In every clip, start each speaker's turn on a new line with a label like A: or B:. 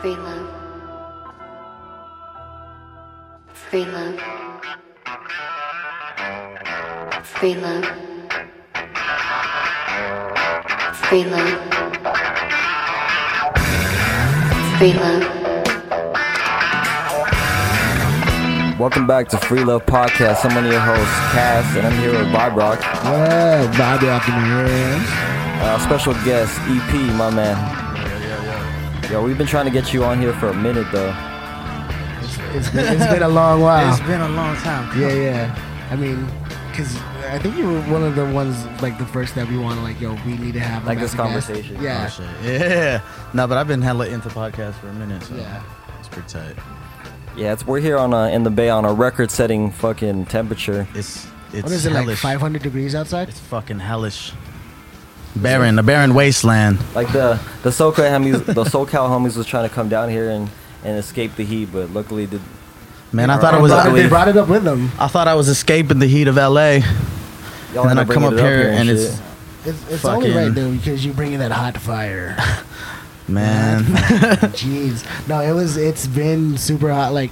A: Freeman. Freeman. Freeman. Freeman. Freeman.
B: Welcome back to Free Love Podcast. I'm one of your hosts, Cass, and I'm here with Bob Rock.
C: Yeah, Bobby up in the hands.
B: Uh, special guest, EP, my man. Yo, we've been trying to get you on here for a minute, though.
C: It's been, it's been a long while.
D: It's been a long time.
C: yeah, yeah. I mean, cause I think you were one of the ones like the first that we wanted. Like, yo, we need to have
B: Like
C: him
B: this
C: as a guest.
B: conversation.
C: Yeah,
D: Oh, Shit. Yeah. No, but I've been hella into podcasts for a minute, so
C: Yeah.
D: it's pretty tight.
B: Yeah, it's, we're here on uh, in the bay on a record-setting fucking temperature.
D: It's it's
C: what is it like?
D: hellish.
C: 500 degrees outside.
D: It's fucking hellish. Barren, a barren wasteland.
B: Like the the SoCal homies, the SoCal homies was trying to come down here and, and escape the heat, but luckily did.
D: Man, I thought it was.
C: Brought it- they
B: Luckily-
C: brought it up with them.
D: I thought I was escaping the heat of LA,
B: Y'all
D: and then
B: end
D: I come
B: bringing
D: up
B: it
D: here, and
B: shit.
D: it's
C: It's, it's only
D: Fucking-
C: right though because you bringing that hot fire.
D: man.
C: Jeez, no, it was. It's been super hot, like,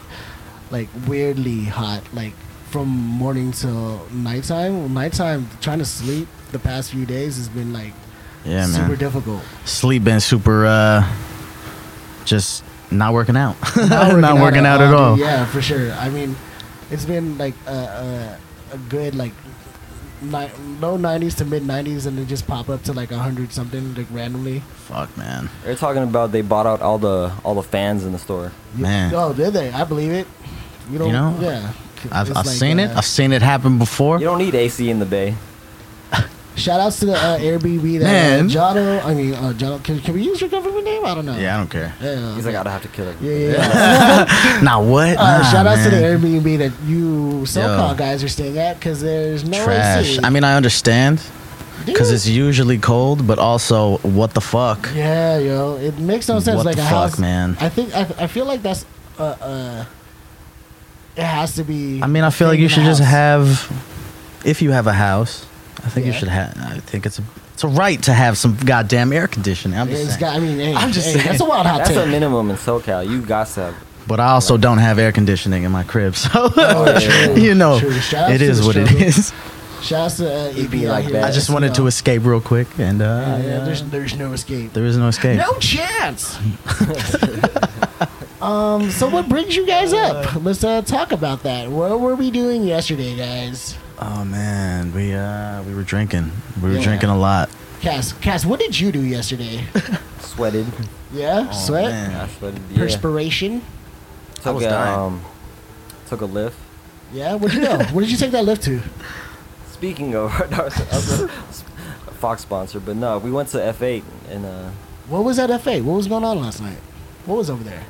C: like weirdly hot, like from morning till nighttime. Nighttime, trying to sleep the past few days has been like
D: Yeah,
C: super
D: man.
C: difficult.
D: Sleep been super. uh Just not working out.
C: Not
D: Not working out at all.
C: dude, Yeah, for sure. I mean, it's been like a, a, a good like ni- low 90s to mid 90s, and then just pop up to like 100 something like randomly.
D: Fuck, man.
B: They're talking about they bought out all the all the fans in the store.
C: You-
D: Man.
C: oh, did they? I believe it. You don't.
D: know,
C: yeah.
D: I've,
C: It's
D: I've
C: like,
D: seen it.
C: uh,
D: I've seen it happen before.
B: You don't need AC in the bay.
C: Shout outs to the uh, Airbnb that uh,
D: Man.
C: Jotto, I mean, uh, Jotto, can, can we use your government name? I don't know.
D: Yeah, I don't care.
C: Yeah.
B: He's like, I'd have to kill it.
C: yeah, yeah. yeah.
D: Now what?
C: Uh,
D: Nah,
C: shout outs to the
D: man.
C: Airbnb that you SoCal
D: Yo.
C: guys are staying at because there's no
D: trash.
C: AC.
D: I mean, I understand because
C: Dude.
D: it's usually cold, but also what the fuck?
C: Yeah, yo, it makes no sense.
D: What
C: like
D: the
C: a
D: fuck,
C: house,
D: man?
C: I think I, I feel like that's uh, uh, it has to be.
D: I mean, I feel
C: a
D: like you
C: thing in
D: should
C: a
D: just
C: house.
D: have, if you have a house, I think
C: Yeah.
D: you should have. I think it's a it's a right to have some goddamn air conditioning. I'm just
C: It's
D: saying.
C: got, I mean, hey,
D: I'm just
C: hey,
D: saying.
C: that's a wild hot
B: That's
C: take.
B: a minimum in SoCal. You got to. have-
D: but I also don't have air conditioning in my crib, so
C: Oh, true,
D: you know
C: true. Shout
D: it
C: outs to
D: is
C: the
D: what it
C: struggle.
D: is.
C: Shout outs to uh,
B: It'd
C: EP
B: be like
C: out here.
B: that.
D: I just
C: You
D: wanted to
C: know.
D: escape real quick, and uh,
C: Yeah, yeah,
D: uh,
C: there's there's no escape.
D: there is no escape.
C: No chance. um. So what brings you guys up? Let's uh, talk about that. What were we doing yesterday, guys?
D: Oh man, we uh we were drinking, we were
C: Yeah.
D: drinking a lot.
C: Cass, Cass, what did you do yesterday?
B: Sweated.
C: Yeah,
D: Oh,
C: sweat,
D: man.
B: I sweated. Yeah.
C: perspiration.
B: Took
D: was
B: a,
D: dying.
B: Um, took a lift.
C: Yeah, where'd you go? Where did you take that lift to?
B: Speaking of, that was- that was a Fox sponsor, but no, we went to F8 and uh,
C: What was that FA? What was going on last night? What was over there?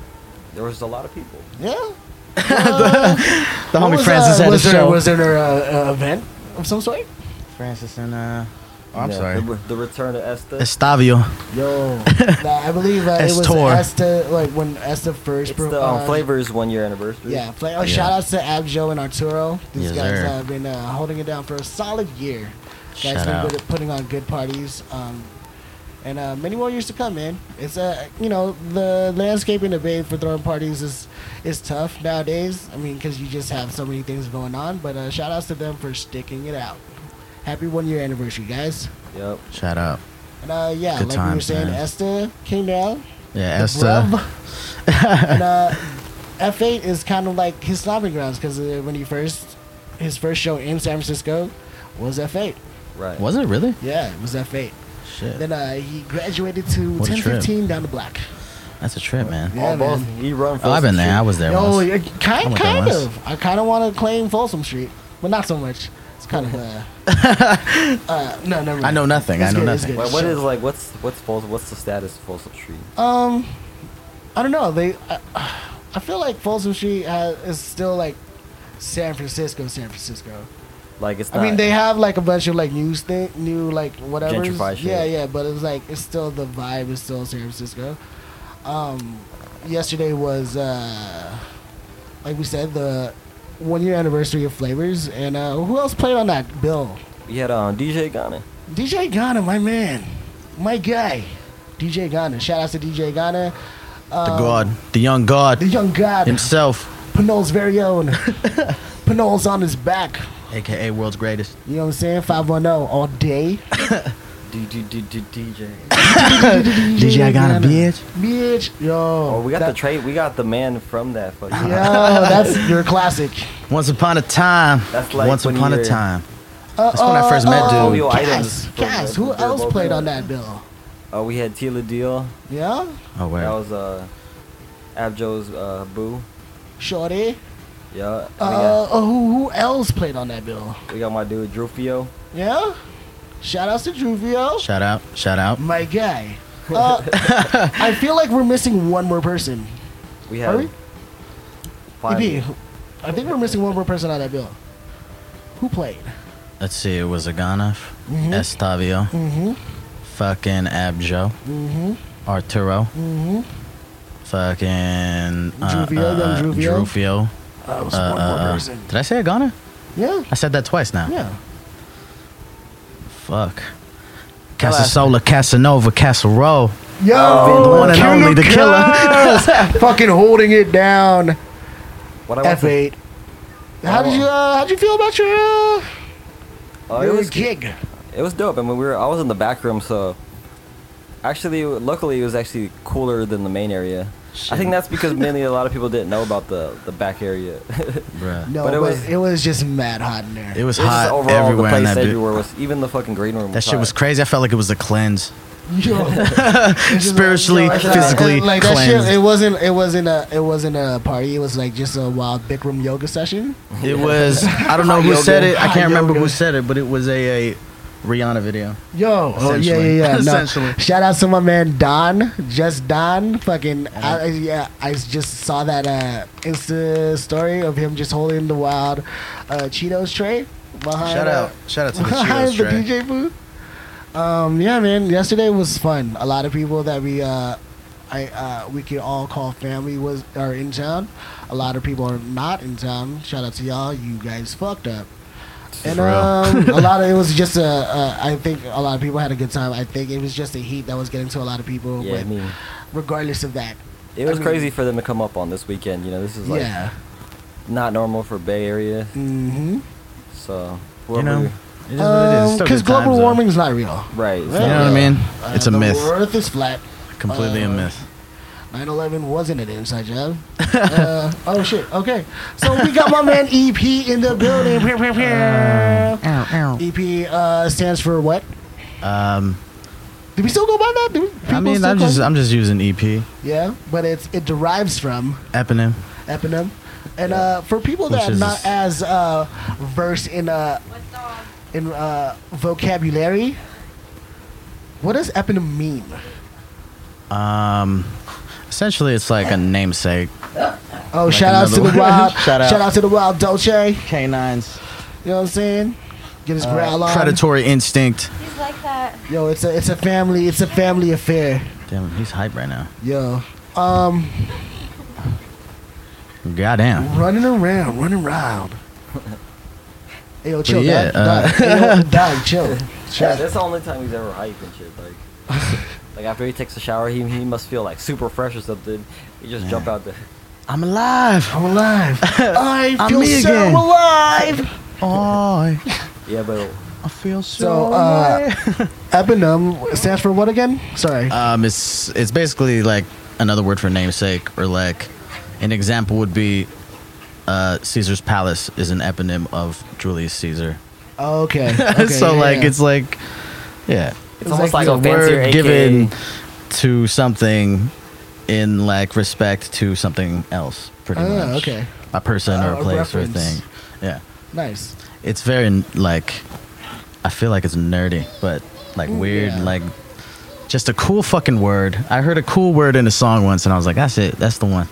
B: there was a lot of people.
C: Yeah.
D: The
C: What
D: homie
C: was,
D: Francis
C: uh,
D: had a
C: was there,
D: show.
C: Was there an uh, event of some sort?
D: Francis and uh,
B: Yeah, The, re- the return of Esta.
D: Estavio.
C: Yo, nah, I believe uh, it was
D: Estor.
C: Esta, like when Esta first.
B: It's
C: pro-
B: the um,
C: uh,
B: Flavors one year anniversary.
C: Yeah, fla- oh,
D: Yeah.
C: shout outs to Abjo and Arturo. These
D: Yes,
C: guys
D: sir.
C: have been uh, holding it down for a solid year. Guys
D: Shout
C: been
D: out.
C: good at putting on good parties. Um, and uh, many more years to come, man. It's uh, you know, the landscape in the bay for throwing parties is is tough nowadays. I mean, because you just have so many things going on. But uh, shout outs to them for sticking it out. Happy one year anniversary, guys.
B: Yep.
D: Shout out.
C: And uh, yeah,
D: Good
C: like we were
D: times,
C: saying,
D: man.
C: Esther came down.
D: Yeah,
C: The
D: Esta.
C: bruv. and uh, F8 is kind of like his stomping grounds because uh, when he first, his first show in San Francisco was F8.
B: Right.
D: Was it really?
C: Yeah, it was F8.
D: Shit.
C: Then uh, he graduated to
D: What a trip.
C: 1015 down the block.
D: That's a trip, man.
C: Yeah,
B: All both.
C: man.
B: He run.
D: Oh, I've
B: Folsom
D: been there.
B: Street.
D: I was there
C: Yo,
D: once.
C: yeah,
D: I'm
C: kind,
D: with
C: kind
D: that once.
C: of. I kind of want to claim Folsom Street, but not so much. It's kind of uh, uh, no, never.
D: I know
C: mind.
D: nothing.
C: It's
D: I know
C: good, it's
D: nothing.
C: good.
B: Wait, what is like? What's what's Folsom, What's the status of Folsom Street?
C: Um, I don't know. They, I, I feel like Folsom Street has, is still like San Francisco, San Francisco.
B: Like it's.
C: I
B: Not,
C: mean, they have like a bunch of like news thing, new like whatever.
B: Gentrified shit.
C: Yeah, yeah, but it's like it's still the vibe is still San Francisco. Um, yesterday was uh, like we said the one year anniversary of Flavors, and uh, who else played on that bill?
B: We had um, DJ Ghana.
C: DJ Ghana, my man, my guy, DJ Ghana. Shout out to DJ Ghana.
D: the god, the young
C: Um, The
D: god
C: young god,
D: himself,
C: Pinol's very own. Pinol's on his back.
D: aka world's greatest.
C: You know what I'm saying? 510 all day.
B: DJ.
D: DJ, I got a bitch.
C: Bitch. Yo.
B: Oh, we got
C: that,
B: the trade. We got the man from that. Fucking.
C: Yo, Oh, that's your classic.
D: Once upon a time.
B: That's like
D: Once
B: when
D: upon a
B: you're-
D: time.
C: Uh,
D: That's when I first met
C: uh,
D: dude.
B: Yo, items
C: Cass,
B: from
C: Cass,
B: the-
C: who
B: the
C: else played
B: mobile.
C: on that bill?
B: Oh, we had Tila Deal.
C: Yeah?
D: Oh wait.
B: That was uh, Abjo's uh boo.
C: Shorty?
B: Yeah. We
C: Uh,
B: got,
C: who, who else played on that bill?
B: we got my dude Drufio.
C: Yeah? Shout outs to Juvio.
D: Shout out! Shout out!
C: My guy. Uh, I feel like we're missing one more person.
B: We had.
C: Are we?
B: five-
C: EP, I think we're missing one more person on that bill. Who played?
D: Let's see. It was Aganov,
C: Mhm.
D: Estavio,
C: Mm-hmm.
D: fucking Abjo,
C: Mm-hmm.
D: Arturo,
C: Mm-hmm.
D: fucking uh,
C: Druvio, young
D: uh,
C: Druvio.
D: Druvio.
C: That was
D: Uh,
C: one
D: uh,
C: more
D: uh,
C: person.
D: Did I say Agana?
C: Yeah.
D: I said that twice now.
C: Yeah.
D: Fuck. Casasola, Casanova, Casserole.
C: Yo,
B: Oh,
D: The one and
C: Killer
D: only, the
C: Cuz!
D: killer.
C: fucking holding it down.
B: What I want
C: F
B: to-
C: eight. How did you uh, how'd you feel about your uh,
B: Oh,
C: your
B: it was
C: gig?
B: it was dope. I mean, we were. I was in the back room, so actually, luckily, it was actually cooler than the main area. I think that's because mainly a lot of people didn't know about the the back area.
D: Bruh.
C: No,
B: But
C: but
B: it
C: it,
B: was-
C: was, it was just mad hot in there.
D: It was
B: It was just
D: hot
B: overall,
D: everywhere
B: the
D: in
B: place
D: that bi-
B: everywhere was even the fucking green room.
D: That shit was crazy. I felt like it was a cleanse.
C: Yo. It's just
D: Spiritually,
C: like- like-
D: physically
C: like that shit,
D: cleansed.
C: It wasn't. It wasn't a. It wasn't a party. It was like just a wild big room yoga session.
D: It was. I don't know who
B: yoga.
D: said it. I
C: Hot
D: can't remember who
C: yoga.
D: said it, but it was a, a Rihanna video.
C: Yo, oh yeah,
D: Essentially.
C: yeah, yeah. No.
D: Essentially.
C: Shout out to my man Don, just Don. Fucking, I, I- yeah. I just saw that uh, Insta story of him just holding the wild uh, Cheetos tray behind.
D: Shout
C: uh,
D: out! Shout out to the
C: behind
D: Cheetos
C: the
D: tray.
C: DJ booth. Um, yeah, man. Yesterday was fun. A lot of people that we uh, I uh, we could all call family was are in town. A lot of people are not in town. Shout out to y'all. You guys fucked up. And
D: For real.
C: um, a lot of it was just a. a- I think a lot of people had a good time. I think it was just the heat that was getting to a lot of people.
B: Yeah, I
C: with-
B: mean,
C: regardless of that.
B: it
C: I
B: was
C: mean-
B: crazy for them to come up on this weekend. You know, this is like
C: yeah.
B: not normal for Bay Area.
C: Mm-hmm.
B: So
D: You
B: whoever,
D: know, it is what it is. It's still
C: Because
D: good times,
C: global
D: though.
C: warming's not real.
B: right? it's
C: You
D: You
B: not
D: know what I
B: real.
D: mean?
C: Uh,
D: It's a
C: the
D: myth.
C: Earth is flat.
D: Completely a
C: uh,
D: myth.
C: 9/11 wasn't an inside job. uh, oh shit. Okay. So we got my man EP in the building. Pew, pew, pew.
D: Uh,
C: EP uh, stands for what?
D: Um,
C: Did we still go by that? Did we,
D: I
C: people
D: mean,
C: still
D: I'm
C: call-
D: just I'm just using EP
C: yeah, but it's it derives from
D: eponym.
C: eponym, and uh, for people that
D: Which
C: are
D: is-
C: not as uh, versed in uh, in uh, vocabulary, what does eponym mean?
D: Um, essentially, it's like a namesake.
C: Oh,
D: Like
C: shout out to
D: another
C: the
D: one.
C: wild,
D: Shout out.
C: to the wild Dolce. You
D: Canines.
C: know what I'm saying? Get his growl on.
D: Predatory instinct.
E: He's like that.
C: Yo, it's a it's a family it's a family affair.
D: Damn, he's hype right now.
C: Yo, um,
D: Goddamn.
C: running around, running around. Hey, yo, chill,
D: yeah, uh,
C: dog, dog. Hey, yo, dog, chill,
B: Yeah,
C: chill.
B: that's the only time he's ever hype and shit. Like, like after he takes a shower, he he must feel like super fresh or something. He just jump out there.
D: I'm alive.
C: I'm alive. I
D: I'm
C: feel
D: me
C: so
D: again.
C: alive.
D: Oh,
B: Yeah, but
D: I feel so.
C: So, uh, Eponym stands for what again? Sorry.
D: um, it's it's basically like another word for namesake, or like an example would be uh, Caesar's Palace is an eponym of Julius Caesar.
C: Oh, okay. okay
D: so
C: yeah,
D: like
C: yeah.
D: it's like, yeah,
B: it's almost like,
D: it's
B: a fancier AKA.
D: given to something in like respect to something else, pretty
C: Ah,
D: much.
C: okay.
D: A person
C: Uh,
D: or a
C: a
D: place or a
C: reference.
D: thing. Yeah.
C: nice.
D: it's very like I feel like it's nerdy, but like weird,
C: yeah.
D: like just a cool fucking word. I heard a cool word in a song once, and I was like, "That's it, that's the one."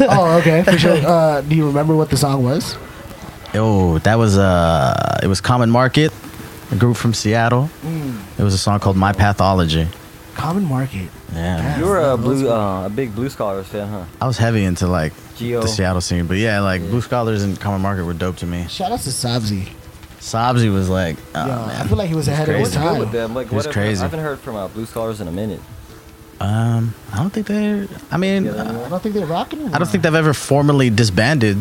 C: Oh, okay, for sure. Uh, do you remember what the song was?
D: Oh, that was uh, it was Common Market, a group from Seattle. It was a song called "My Pathology."
C: Common Market.
D: Yeah,
B: you were a blue, uh, a big Blue Scholars fan, huh?
D: I was heavy into like
B: Geo.
D: the Seattle scene, but yeah, like Blue Scholars and Common Market were dope to me.
C: Shout out to Sabzi.
D: Sobsy was like, oh,
C: Yo, I
D: man.
C: feel like he was ahead of his
B: What's good
C: time.
B: with them? Like,
D: It
B: what
D: was
B: if-
D: crazy.
B: I haven't heard from uh, Blue Scholars in a minute.
D: Um, I don't think they're. I mean,
C: I don't think they're rocking.
D: I don't
C: anymore.
D: think they've ever formally disbanded,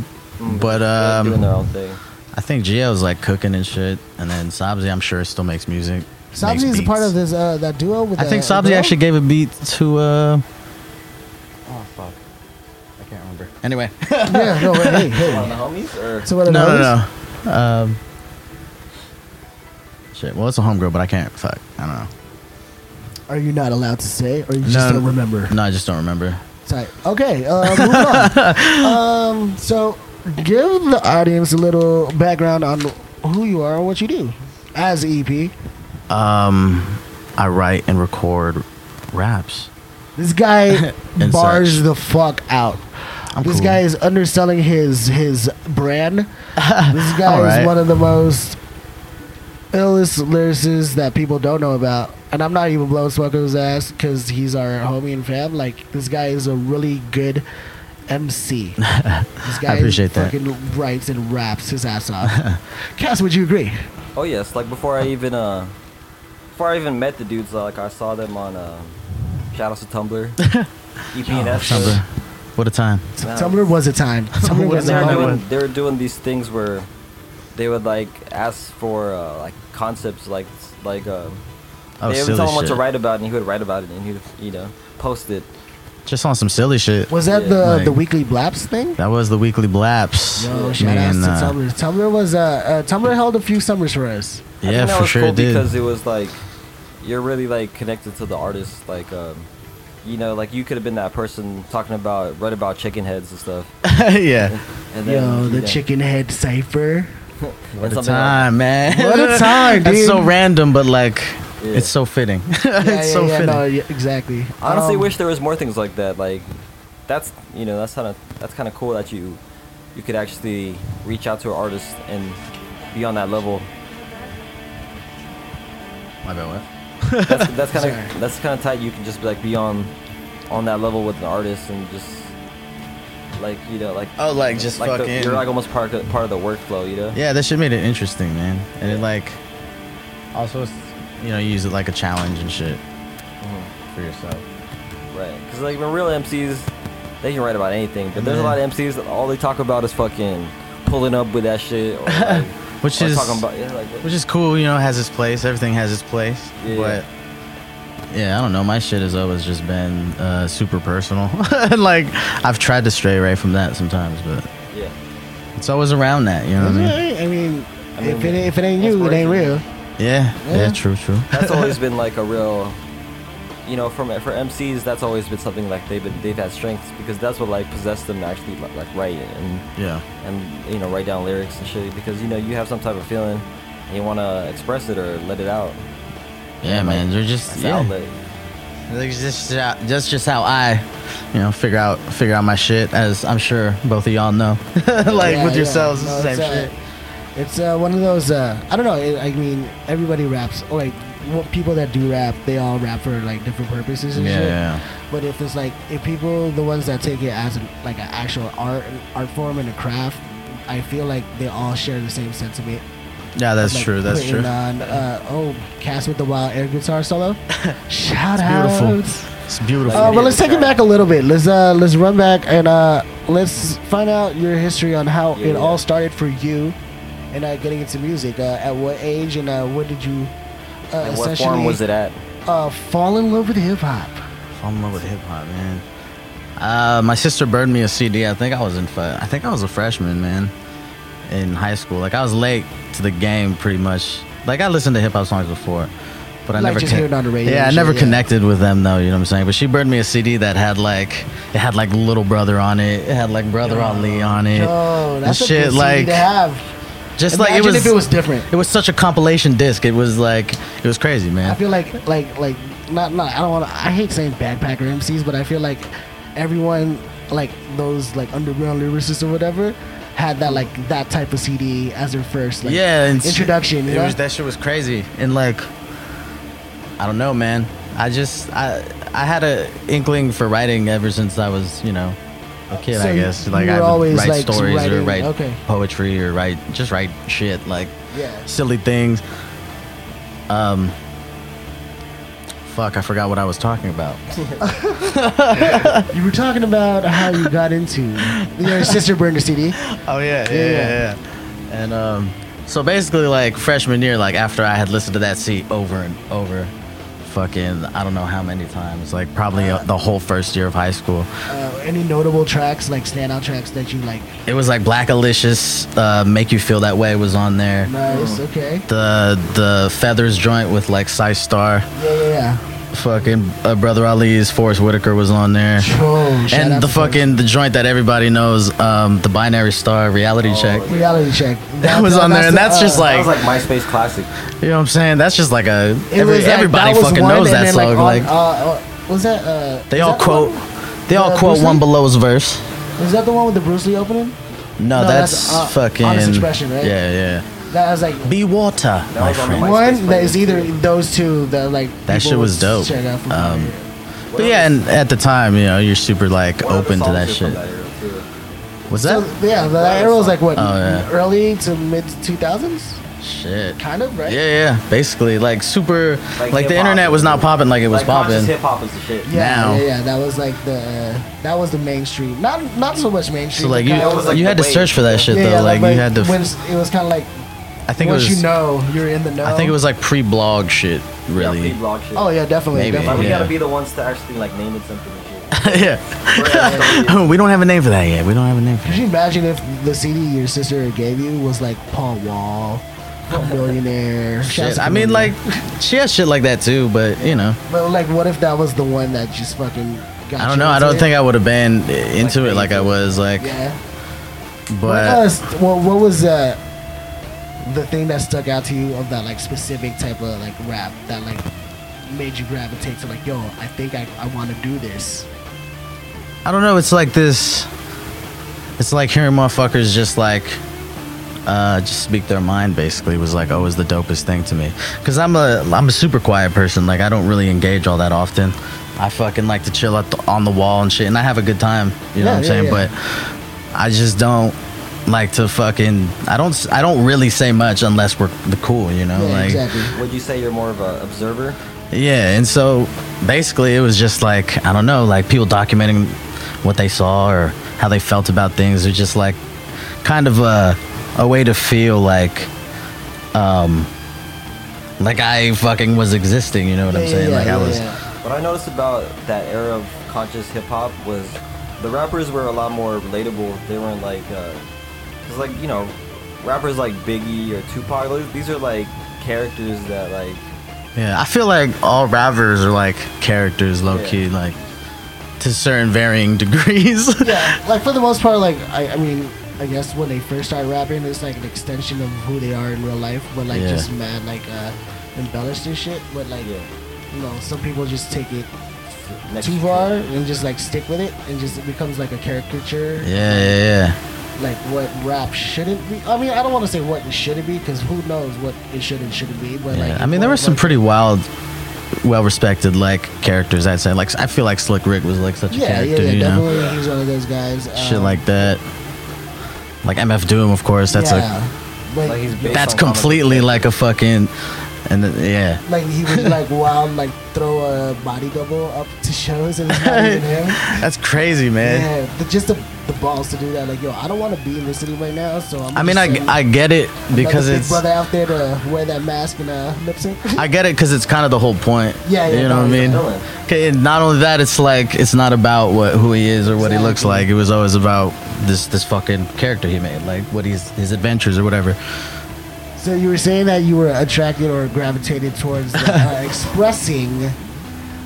D: but
B: They're doing
D: um,
B: their own thing.
D: I think Gio's like cooking and shit, and then Sabzi, I'm sure, still makes music. makes
C: Sabzi is a part
D: beats.
C: of this uh, that duo with.
D: I think
C: uh,
D: Sabzi
C: girl?
D: actually gave a beat to. uh
E: Oh fuck, I can't remember.
D: Anyway,
C: yeah, no, wait, hey, hey.
B: One of the homies, or
C: So what?
D: no,
C: are those?
D: no, no. Um, shit. Well, it's a homegirl, but I can't. Fuck, I don't know.
C: Are you not allowed to say, or you just
D: No.
C: don't remember?
D: No, I just don't remember.
C: Sorry. Okay, uh, moving on. Um, so give the audience a little background on who you are and what you do as E EP.
D: Um, I write and record raps.
C: This guy
D: And
C: bars
D: such.
C: the fuck out.
D: I'm
C: this
D: cool.
C: guy is underselling his his brand. this guy
D: Alright.
C: is one of the most illest lyricists that people don't know about. And I'm not even blowing smoke at his ass because he's our homie and fam. Like this guy is a really good MC. this guy
D: appreciate that.
C: fucking writes and raps his ass off. Cass, would you agree?
B: oh yes, like before I even uh, before I even met the dudes, uh, like I saw them on um, shout outs to Tumblr, EP and S.
D: Oh, Tumblr. What a time.
C: T-
B: No.
C: Tumblr was a time. Tumblr
B: And
C: was
B: they,
C: a
B: were
C: moment.
B: doing, they were doing these things where they would like ask for uh, like concepts, like like uh,
D: Oh,
B: they would
D: silly
B: tell him what to
D: shit.
B: write about, and he would write about it, and he would you know post it.
D: Just on some silly shit.
C: Was that
B: Yeah.
C: the
D: Like-
C: the weekly blaps thing?
D: That was the weekly blaps.
C: Yo,
D: Me
C: shout outs
D: and,
C: to
D: uh,
C: Tumblr. Tumblr was uh, uh Tumblr held a few summers for us.
B: I think
D: Yeah,
B: that
D: for
B: was
D: sure
B: cool
D: it did.
B: because it was like you're really like connected to the artist, like um, you know, like you could have been that person talking about write about chicken heads and stuff.
D: yeah.
B: And
C: Yo, the
B: you know,
C: chicken head cipher.
B: and
D: What a
B: something like-
D: time, man.
C: What a time,
D: That's
C: dude.
D: so random, but like,
B: Yeah.
D: it's so fitting. it's
C: Yeah, yeah,
D: so
C: yeah,
D: fitting.
C: no, yeah, exactly.
B: I honestly
C: Um,
B: wish there was more things like that. Like, that's you know that's kind of that's kind of cool that you you could actually reach out to an artist and be on that level.
D: My bad, what?
B: That's that's kind
C: Sorry.
B: of that's kind of tight. You can just be like be on on that level with an artist and just like you know like
D: Oh, like, just
B: the-
D: fucking-
B: you're like almost part of, part of the workflow. You know.
D: Yeah, that shit made it interesting, man. And it like, also, it's- you know, you use it like a challenge and shit for yourself.
B: Right. Because like when real MCs, they can write about anything. But there's a
D: Yeah.
B: lot of MCs that all they talk about is fucking pulling up with that shit or like,
D: Which
B: or
D: is
B: talking about yeah, like, what-
D: which is cool. You know, it has its place. Everything has its place.
B: Yeah.
D: But yeah, I don't know. My shit has always just been uh, super personal. like, I've tried to stray away from that sometimes, but
B: yeah.
D: it's always around that. You know what I mean?
C: I mean,
B: I mean,
C: if it, ain't- if it ain't you, it ain't real.
D: Yeah, yeah,
C: Yeah.
D: true, true.
B: that's always been like a real you know from for MCs that's always been something like they've been they've had strengths because that's what like possessed them to actually like, like write and
D: Yeah,
B: and you know write down lyrics and shit because you know you have some type of feeling and you want to express it or let it out
D: yeah, man. They're just
B: It's
D: yeah.
B: outlet
D: Like, it's just how- that's just how I, you know, figure out figure out my shit. As I'm sure both of y'all know, like
C: Yeah, yeah.
D: with yourselves,
C: No,
D: it's the same
C: uh,
D: shit.
C: It's uh, one of those. Uh, I don't know. It, I mean, everybody raps. Or like wh- people that do rap, they all rap for like different purposes and
D: Yeah,
C: shit.
D: yeah,
C: But if it's like if people, the ones that take it as an, like an actual art art form and a craft, I feel like they all share the same sentiment.
D: yeah. That's
C: like,
D: true. That's
C: putting
D: true.
C: On, uh, oh, Cass with the wild air guitar solo. Shout
D: It's
C: out.
D: beautiful. It's beautiful.
C: Uh, well, let's take it
B: guitar.
C: back a little bit. Let's uh, let's run back and uh, let's find out your history on how
B: Yeah,
C: it
B: yeah.
C: all started for you, and uh, getting into music. Uh, at what age and uh, what did you uh,
B: and what
C: essentially
B: form was it at
C: Uh, fall in love with hip hop?
D: Fall in love with hip hop, man. Uh, my sister burned me a CD. I think I was in. fi- I think I was a freshman, man, in high school. Like I was late to the game, pretty much. Like I listened to hip hop songs before, but I
C: Like
D: never.
C: just hearing on the radio
D: Yeah, I
C: and
D: never
C: shit, yeah.
D: connected with them though. You know what I'm saying? But she burned me a CD that had like it had like Little Brother on it. It had like Brother Ali on it.
C: Yo,
D: and
C: Oh, that's a
D: shit,
C: good CD
D: like
C: to have.
D: just
C: Imagine
D: like it was.
C: if it was different.
D: It was such a compilation disc. It was like it was crazy, man.
C: I feel like like like not not I don't want to I hate saying backpacker MCs, but I feel like everyone like those like underground lyricists or whatever had that like that type of CD as their first like
D: yeah and shit-
C: introduction. you
D: it
C: know?
D: was that shit was crazy and like i don't know man i just i i had a inkling for writing ever since i was you know a kid
C: So
D: i guess
C: you
D: like i
C: were
D: would
C: always,
D: write
C: like,
D: stories or
C: writing-
D: write
C: okay.
D: poetry or write just write shit like
C: yeah.
D: silly things um fuck, I forgot what I was talking about.
C: You were talking about how you got into your sister burned a CD.
D: Oh yeah, yeah,
C: Yeah.
D: yeah. yeah. And um, so basically, like freshman year, like after I had listened to that seat over and over, fucking, I don't know how many times, like probably uh, the whole first year of high school.
C: Uh, any notable tracks, like standout tracks that you like?
D: It was like Black Alicious, uh, Make You Feel That Way was on there.
C: Nice.
D: Mm.
C: Okay.
D: The the Feathers joint with like Cy Star,
C: Yeah, yeah, yeah.
D: fucking uh, Brother Ali's Forrest Whitaker was on there.
C: Trolls. Shout out
D: And the
C: to Trolls.
D: fucking the joint that everybody knows, um, the Binary Star Reality
C: Oh,
D: Check.
C: reality check.
D: That was on there, and that's
C: uh,
D: just
B: That
D: like
B: was like MySpace classic.
D: You know what I'm saying? That's just like a
C: It
D: every,
C: was like,
D: everybody
C: that was
D: fucking
C: one,
D: knows
C: and
D: that
C: then, on-
D: song. Like,
C: uh, uh, was that? Uh,
D: they
C: was
D: all
C: that the
D: quote, they all
C: uh,
D: quote
C: Bruce
D: one
C: Lee?
D: below's verse.
C: one- Was that the one with the Bruce Lee opening?
D: No,
C: No,
D: that's,
C: that's, uh,
D: fucking
C: Honest Expression, right?
D: Yeah,
C: That was like
D: yeah. Be water, my
B: was on the
D: friend.
B: mic.
C: one that is either those two that like people
D: That shit was
C: would
D: dope.
C: Check out for
D: Um, But yeah, and at the time, you know, you're super like
B: One of the
D: open to
B: songs
D: that
B: is from
D: shit.
B: era, too.
D: Was
C: so,
D: that
C: yeah, the era was like what
D: Oh, yeah.
C: early to mid two thousands,
D: shit?
C: kind of right.
D: Yeah, yeah. Basically, like super,
B: Like
D: like, the
B: hip-hop.
D: internet was not popping like it was
B: like
D: popping.
B: Hip hop is the shit.
C: Yeah,
D: Now.
C: yeah, yeah, that was like the that was the mainstream. Not not so much mainstream.
D: So like
C: but
D: you,
C: kinda
B: was, like,
D: you
B: the
D: had to
B: wave.
D: search for that shit
C: yeah,
D: though.
C: yeah,
D: Like you had to.
C: when it's- it was kind of like
D: I think it
C: once
D: was.
C: you know, you're in the know.
D: I think it was like pre-blog shit, really.
B: Yeah, pre-blog shit.
C: Oh yeah, definitely.
D: Maybe.
B: Like,
C: definitely.
B: we
D: Yeah.
B: gotta be the ones to actually like name it something and shit.
D: yeah.
B: We're actually-
D: we don't have a name for that yet. We don't have a name for
C: Could you imagine if the CD your sister gave you was like Paul Wall, Millionaire? Shouts
D: Shit.
C: to
D: I mean,
C: Millionaire.
D: like, she has shit like that too, but you know,
C: But like, what if that was the one that just fucking got?
D: I don't
C: you
D: know. I
C: into
D: don't
C: it?
D: think I would have been into it like I was like,
C: Yeah. What
D: but
C: else? Well, what was uh, the thing that stuck out to you of that like specific type of like rap that like made you gravitate to like, yo, I think I, I want to do this.
D: I don't know. It's like this. It's like hearing motherfuckers just like. Uh, just speak their mind basically was like always the dopest thing to me because i'm a i'm a super quiet person like i don't really engage all that often i fucking like to chill out th- on the wall and shit and i have a good time you know
C: Yeah,
D: what i'm
C: yeah,
D: saying
C: yeah.
D: but I just don't like to fucking. I don't. I don't really say much unless we're the cool, you know.
C: yeah,
D: like
C: exactly.
B: uh, Would you say you're more of an observer?
D: yeah, and so basically it was just like I don't know, like people documenting what they saw or how they felt about things. It's just like kind of a a way to feel like um like I fucking was existing. You know what I'm
C: Yeah,
D: saying?
C: yeah,
D: like I
C: yeah,
D: was.
C: yeah.
B: What I noticed about that era of conscious hip hop was the rappers were a lot more relatable. They weren't like, because like you know, rappers like Biggie or Tupac. those- These are like characters that like
D: Yeah, I feel like all rappers are like characters, low
B: Yeah.
D: key, like to certain varying degrees.
C: yeah, like for the most part, like I, I mean, I guess when they first start rapping, it's like an extension of who they are in real life, but like
D: Yeah.
C: just mad like uh, embellished and shit. But like,
B: yeah.
C: you know, some people just take it
B: Next
C: too far and just like stick with it, and just it becomes like a caricature.
D: yeah, yeah, yeah.
C: Like what rap shouldn't be. I mean, I don't want to say what it shouldn't be because who knows what it should and shouldn't be. But
D: yeah.
C: like,
D: I mean, there were
C: what-
D: some
C: what-
D: pretty wild, well-respected like characters. I'd say, like, I feel like Slick Rick was like such a
C: Yeah, yeah,
D: character,
C: yeah,
D: you know,
C: definitely. He's one of those guys.
D: shit
C: um,
D: like that. Like MF Doom, of course. That's
C: yeah. But-
B: Like he's
D: a
B: based
D: that's
B: on comic
D: completely like a fucking, and then- yeah.
C: Like he would like wild like throw a body double up to shows and it's not even him.
D: That's crazy, man.
C: Yeah, the, just the, the balls to do that. Like yo, I don't want to be in the city right now, so I'm.
D: I mean, I,
C: just send
D: I get it
C: another
D: because
C: big
D: it's
C: brother out there to wear that mask and uh, lip sync.
D: I get it because it's kind of the whole point.
C: Yeah, yeah,
D: You know what
C: no,
D: I mean?
B: he's a villain.
D: Okay, and not only that, it's like it's not about what who he is or what he looks
C: Exactly.
D: like. It was always about this this fucking character he made, like what he's his adventures or whatever.
C: so you were saying that you were attracted or gravitated towards the, uh, expressing,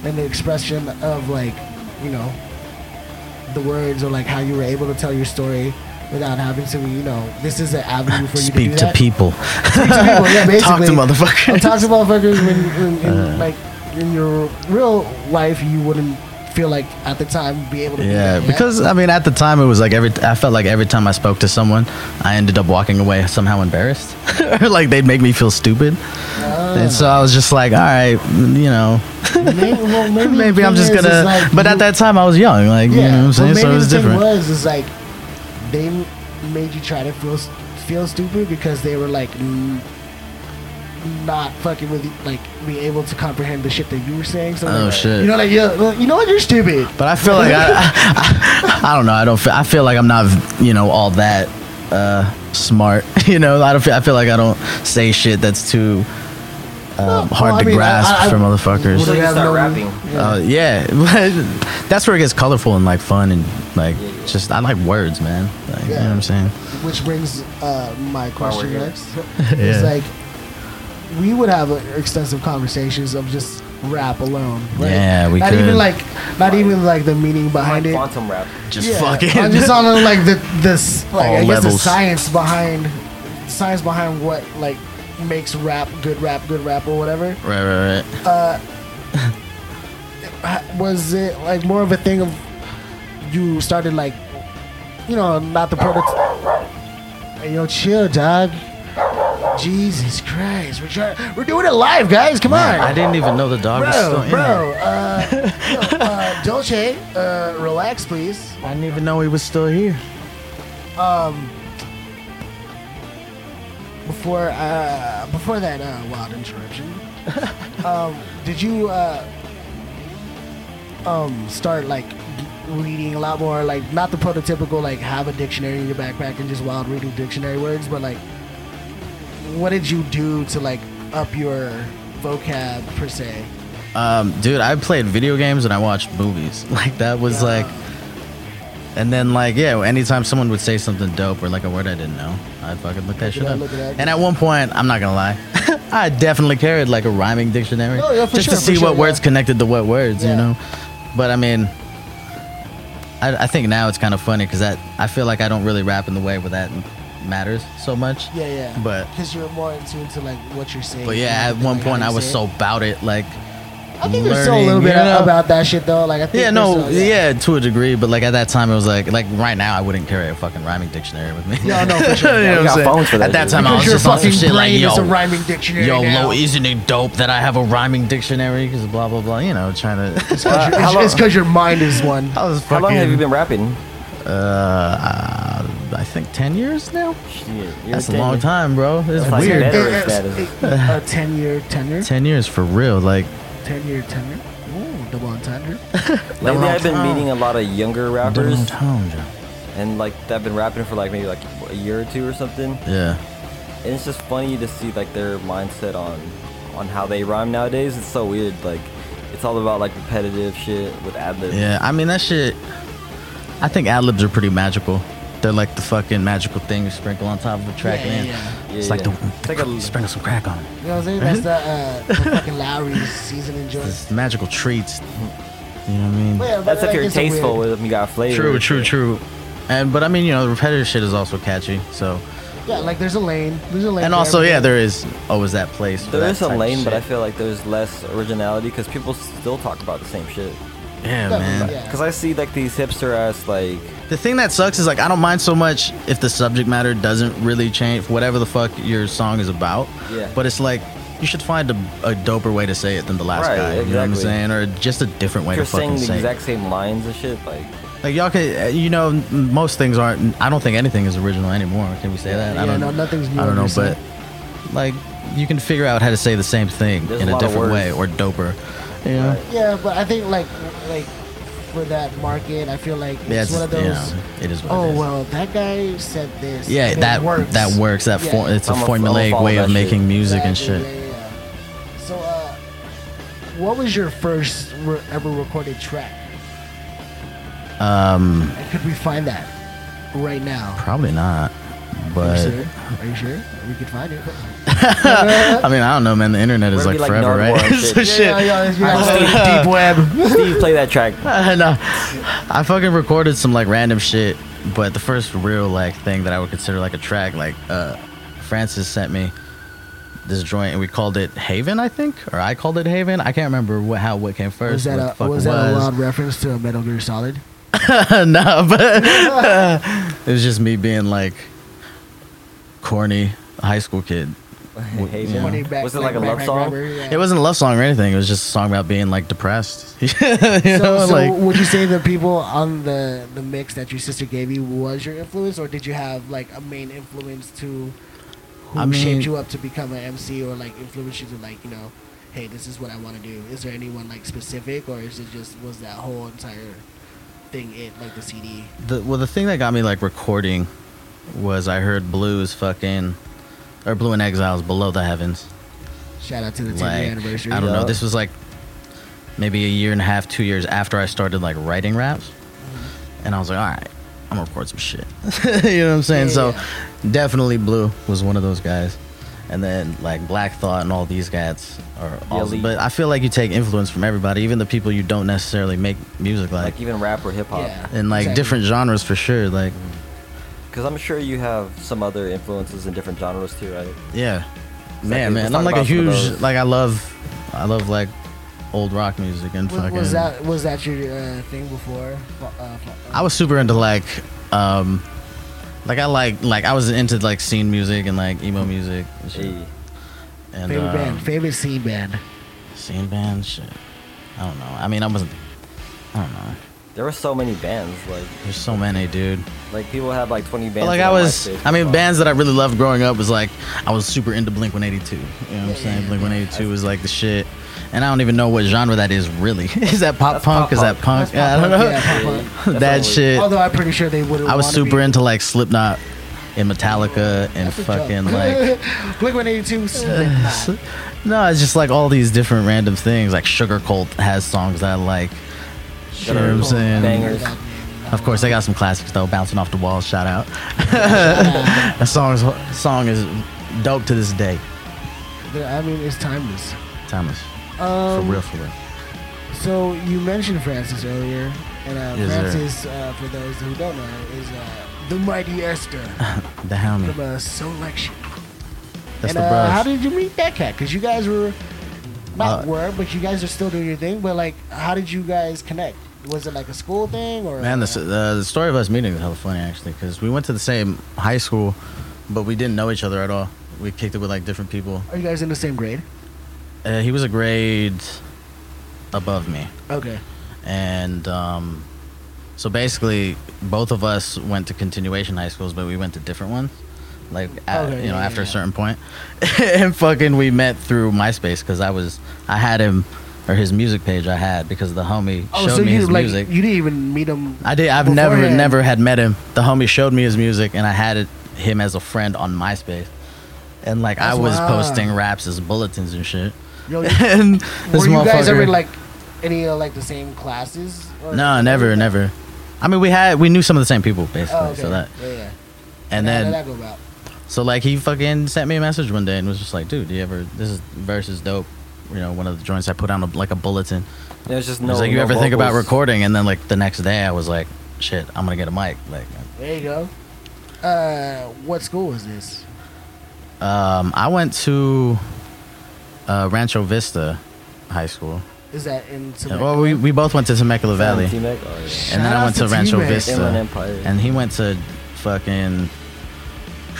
C: an expression of like, you know, the words or like how you were able to tell your story without having to, you know, this is an avenue for you
D: Speak
C: to do
D: to
C: that.
D: people,
C: to people, yeah, basically.
D: talk to
C: I'm
D: motherfuckers. Uh.
C: talking about fuckers when, when in, like in your real life you wouldn't feel like at the time be able to. do
D: yeah,
C: that,
D: because I mean, at the time it was like every I felt like every time I spoke to someone, I ended up walking away somehow embarrassed, or like they'd make me feel stupid,
C: Oh.
D: and so I was just like, all right, you know,
C: maybe, well, maybe, the
D: maybe I'm
C: thing
D: just
C: is, is,
D: gonna.
C: like,
D: but
C: you-
D: at that time I was young, like you know what I'm
C: well,
D: saying,
C: maybe
D: so it was
C: the thing
D: different.
C: Was is like they m- made you try to feel s- feel stupid because they were like. mm, not fucking with you, like be able to comprehend the shit that you were saying. So
D: Oh,
C: like,
D: shit.
C: You know, like yo, you know what? You're stupid.
D: But I feel like I, I, I, don't know. I don't. Feel, I feel like I'm not, you know, all that uh, smart. You know, I don't. Feel, I feel like I don't say shit that's too um,
C: Well,
D: hard
C: I
D: to
C: mean,
D: grasp
C: I- I-
D: for
B: So
D: motherfuckers.
B: you
C: have
B: start rapping.
D: Yeah, uh, yeah. but that's where it gets colorful and like fun and like
B: Yeah, yeah.
D: just I like words, man. Like, You know what I'm saying?
C: Which brings uh, my question
B: here.
C: next. It's like we would have uh, extensive conversations of just rap alone. Right?
D: Yeah, we
C: not
D: could.
C: even like not even like the meaning
B: Like
C: behind it.
B: quantum rap.
D: just
C: Yeah,
D: fucking.
C: I'm just on uh, like the this like
D: All
C: I guess the
D: levels.
C: science behind science behind what like makes rap good rap good rap or whatever.
D: right, right, right.
C: Uh, was it like more of a thing of you started like you know not the product hey yo chill dog jesus christ we're trying we're doing it live guys come on
D: I didn't even know the dog was still
C: bro
D: in
C: bro
D: there.
C: uh, yo, uh dolce uh relax please
D: I didn't even know he was still here.
C: before uh before that uh wild interruption um did you uh um start like reading a lot more like not the prototypical like have a dictionary in your backpack and just wild reading dictionary words but like what did you do to like up your vocab per se
D: Um, dude, I played video games and I watched movies. Like that was like, and then like yeah, anytime someone would say something dope or like a word I didn't know, I'd fucking look that shit
C: up,
D: up.
C: look it up.
D: And at one point, I'm not gonna lie, I definitely carried like a rhyming dictionary
C: Oh, yeah, for
D: just
C: sure,
D: to
C: for
D: see
C: sure,
D: what
C: yeah.
D: words connected to what words,
C: Yeah.
D: you know. But I mean, I, I think now it's kind of funny because that I feel like I don't really rap in the way where that matters so much.
C: yeah yeah
D: But-
C: because you're more in tune to like what you're saying
D: But yeah, at
C: Like,
D: one
C: how
D: point
C: you
D: I was
C: say it.
D: so about it, like.
C: i think there's still a little
D: learning,
C: bit
D: you know?
C: about that shit though like i think
D: Yeah,
C: there's
D: no,
C: still-
D: yeah. to a degree, but like at that time, it was like, like right now, I wouldn't carry a fucking rhyming dictionary with me.
C: No, no, for sure.
D: You
B: Yeah, we
D: know what I'm
B: got
D: saying?
B: phones for that,
D: At that
B: dude.
D: time, I was
C: Because your
D: just on some
C: fucking
D: shit like,
C: brain is a
D: yo,
C: rhyming dictionary
D: yo,
C: now.
D: low, E isn't it dope that I have a rhyming dictionary? Because blah blah blah, you know, trying to.
B: Uh, how long-
C: It's because your mind is one.
D: I was
B: How
D: fucking.
B: long have you been rapping?
D: Uh, I think ten years now.
B: Shit, you're
D: That's a
B: ten
D: long
B: years-
D: time, bro. It's
B: That's like
D: weird.
B: better if that is-
C: A ten-year tenure.
D: Ten years for real, like
C: Ten-year tenure. Ooh, double entendre.
B: Lately,
D: long
B: I've been
D: time.
B: meeting a lot of younger
D: long
B: rappers,
D: time, John.
B: and like I've been rapping for like maybe like a year or two or something.
D: Yeah.
B: and it's just funny to see like their mindset on on how they rhyme nowadays. It's so weird. Like it's all about like repetitive shit with ad libs.
D: Yeah, I mean that shit. I think ad libs are pretty magical. They're like the fucking magical thing you sprinkle on top of a track,
C: Yeah,
D: man.
C: yeah, yeah.
D: It's
B: Yeah,
D: like
B: yeah.
D: the
B: It's like a-
D: sprinkle some crack on it.
C: You know what I'm saying? That's the, uh, the fucking Lowry's seasoning joint.
D: It's magical treats. You know what I mean?
C: But yeah, but
B: That's if
C: like,
B: you're
C: it's a weird-
B: tasteful with them. You got flavor.
D: True, true, true. And but I mean, you know, the repetitive shit is also catchy. So
C: Yeah, like there's a lane. There's a lane.
D: and
C: for
D: also yeah,
C: everything.
D: there is always that place. for
B: There
D: that
B: is a
D: type of
B: lane, but I
D: shit.
B: feel like there's less originality because people still talk about the same shit.
D: yeah,
C: Yeah,
D: man.
C: yeah.
B: Because I see like these hipster ass like
D: The thing that sucks is like I don't mind so much if the subject matter doesn't really change whatever the fuck your song is about.
B: Yeah.
D: But it's like you should find a, a doper way to say it than the last
B: Right,
D: guy. You know what I'm
B: exactly.
D: saying? Or just a different way
B: you're
D: to fucking
B: saying the
D: say. it.
B: exact same lines and shit. Like
D: Like y'all could, uh, you know, m- most things aren't. I don't think anything is original anymore. Can we say that?
C: Yeah,
D: I don't
C: no, nothing's new
D: I don't
C: under
D: know,
C: the sun.
D: but like you can figure out how to say the same thing
B: There's
D: in
B: a
D: a
B: lot of
D: different way or
B: words.
D: doper. You know?
B: Right.
C: Yeah, but I think like like for that market, I feel like it's
D: Yeah, it's,
C: one of those.
D: you know, it is what it
C: Oh
D: is.
C: well, that guy said this.
D: Yeah,
C: and it
D: that
C: works.
D: that works. That
C: Yeah.
D: for, it's a
B: I'm a- I'm a
D: formulaic
B: follow
D: way
B: that
D: of
B: shit.
D: making music and
C: Exactly,
D: shit.
C: Yeah, yeah, yeah. So, uh, what was your first re- ever recorded track? Um, and could we find that right now?
D: Probably not.
C: Are you
D: But
C: sure? Are you sure? We could find it.
D: I mean, I don't know, man. The internet is
B: We're
D: like
B: gonna be like
D: forever,
B: Nardwar
D: right?
B: and
D: so
B: shit.
D: shit.
C: Yeah, yeah, yeah, yeah.
B: Deep Web. Steve, play that track.
D: I know. I fucking recorded some like random shit, but the first real like thing that I would consider like a track, like uh, Francis sent me this joint, and we called it Haven, I think, or I called it Haven. I can't remember what how what came first.
C: Was that
D: what the
C: a
D: fuck
C: was
D: it
C: that a loud reference to a Metal Gear Solid?
D: no, but it was just me being like corny high school kid.
B: Hey,
D: Yeah.
C: Money
B: man.
C: back-
B: Was it like a love
C: back
B: song?
C: rubber, yeah.
D: It wasn't a love song or anything. It was just a song about being like depressed. you
C: So,
D: know,
C: so
D: like
C: would you say the people on the the mix that your sister gave you was your influence, or did you have like a main influence to who
D: I mean-
C: shaped you up to become an MC or like influenced you to like you know, hey, this is what I want to do? Is there anyone like specific, or is it just was that whole entire thing it like the CD?
D: The, well, the thing that got me like recording was I heard Blue's fucking or Blue and Exiles Below the Heavens.
C: Shout out to the 10 year
D: Like
C: anniversary.
D: I don't know.
B: Yeah.
D: This was like maybe a year and a half, two years after I started like writing raps, and I was like, all right, I'm gonna record some shit. you know what I'm saying?
C: Yeah,
D: so
C: yeah.
D: definitely Blue was one of those guys. And then like Black Thought and all these guys are awesome.
B: Lee.
D: But I feel like you take influence from everybody, even the people you don't necessarily make music like.
B: Like even rap or hip hop.
C: Yeah.
D: and like
C: Exactly.
D: different genres for sure. Like
B: Because I'm sure you have some other influences in different genres too, right?
D: Yeah.
B: Exactly.
D: Man,
B: Let's
D: man.
B: talk
D: I'm like a
B: about some of
D: huge
B: those.
D: like I love I love like old rock music and
C: Was,
D: fucking
C: was that was that your uh, thing before? Fu- Uh, fu-
D: I was super into like um like I like like I was into like scene music and like emo music and shit.
B: Hey,
D: And
C: favorite
D: uh,
C: band, favorite scene band.
D: scene band shit. I don't know. I mean I wasn't I don't know.
B: there were so many bands. Like
D: There's so many, dude.
B: like people have like 20 bands.
D: But like
B: on
D: I was,
B: MySpace
D: I mean,
B: and
D: bands that I really loved growing up was like I was super into Blink 182. You know what I'm saying?
C: yeah,
D: Blink 182 was like the shit, and I don't even know what genre that is really. is that pop
B: That's
D: punk?
B: pop
D: Is that
B: punk.
D: punk? Yeah, I
C: pop
D: don't know.
C: punk, yeah, pop punk.
B: punk.
D: that
B: Definitely.
D: shit.
C: Although I'm pretty sure they wouldn't.
D: I was
C: wanna be-
D: super into like Slipknot and Metallica and
C: That's a
D: fucking
C: joke.
D: like.
C: Blink 182. Slipknot.
D: No, it's just like all these different random things. Like Sugar Cult has songs that I like. You know what I'm
B: Sugar
D: saying?
B: Bangers.
D: Of course, they got some classics though. Bouncing off the wall, shout out. that song's song is dope to this day.
C: I mean, it's timeless.
D: Thomas,
C: Um,
D: for real, for real.
C: So you mentioned Francis earlier, and uh,
D: Yes, sir.
C: Francis, uh, for those who don't know, is uh, the mighty Esther
D: The
C: from
D: homie.
C: uh, Selection. and
D: That's the
C: uh,
D: bruv.
C: how did you meet that cat? Because you guys were not
D: Uh,
C: were, but you guys are still doing your thing. But like, how did you guys connect? Was it like a school thing or?
D: Man,
C: uh,
D: this, uh, the story of us meeting is hella funny actually, because we went to the same high school, but we didn't know each other at all. We kicked it with like different people.
C: Are you guys in the same grade?
D: Uh, he was a grade above me,
C: Okay.
D: and um, so basically, both of us went to continuation high schools, but we went to different ones. Like at,
C: Okay,
D: you know,
C: yeah,
D: after a
C: yeah.
D: certain point, and fucking we met through MySpace because I was I had him or his music page I had because the homie
C: Oh,
D: showed
C: so
D: me
C: you
D: his
C: like
D: music.
C: you didn't even meet him.
D: I did. I've never,
C: beforehand?
D: never had met him. The homie showed me his music, and I had it, him as a friend on MySpace. And like I
C: That's
D: was
C: wild.
D: posting raps as bulletins and shit.
C: Yo, you-
D: and this
C: Um, were you guys
D: motherfucker-
C: ever in, like any of like the same classes? or-
D: No, never, never. I mean, we had we knew some of the same people basically.
C: Oh, okay.
D: So that
C: yeah, yeah.
D: and
C: How did
D: then
C: that go about?
D: so like he fucking sent me a message one day and was just like, dude, do you ever this is verse is dope. You know, one of the joints I put on a, like a bulletin.
B: There's just
D: It
B: no.
D: was like, you
B: no
D: ever think about
B: vocals.
D: recording? And then like the next day, I was like, shit, I'm gonna get a mic. Like,
C: There you go. Uh, what school was this?
D: Um, I went to uh, Rancho Vista High School.
C: Is that in?
D: Yeah,
C: Temecula?
D: well, we, we both went to Temecula Valley,
B: Team Ec? Oh, yeah.
D: and then
C: Shout
D: I
C: out
D: went
C: to
D: to Rancho
C: T-Mac.
B: Inland
D: Vista,
B: Empire.
D: and he went to fucking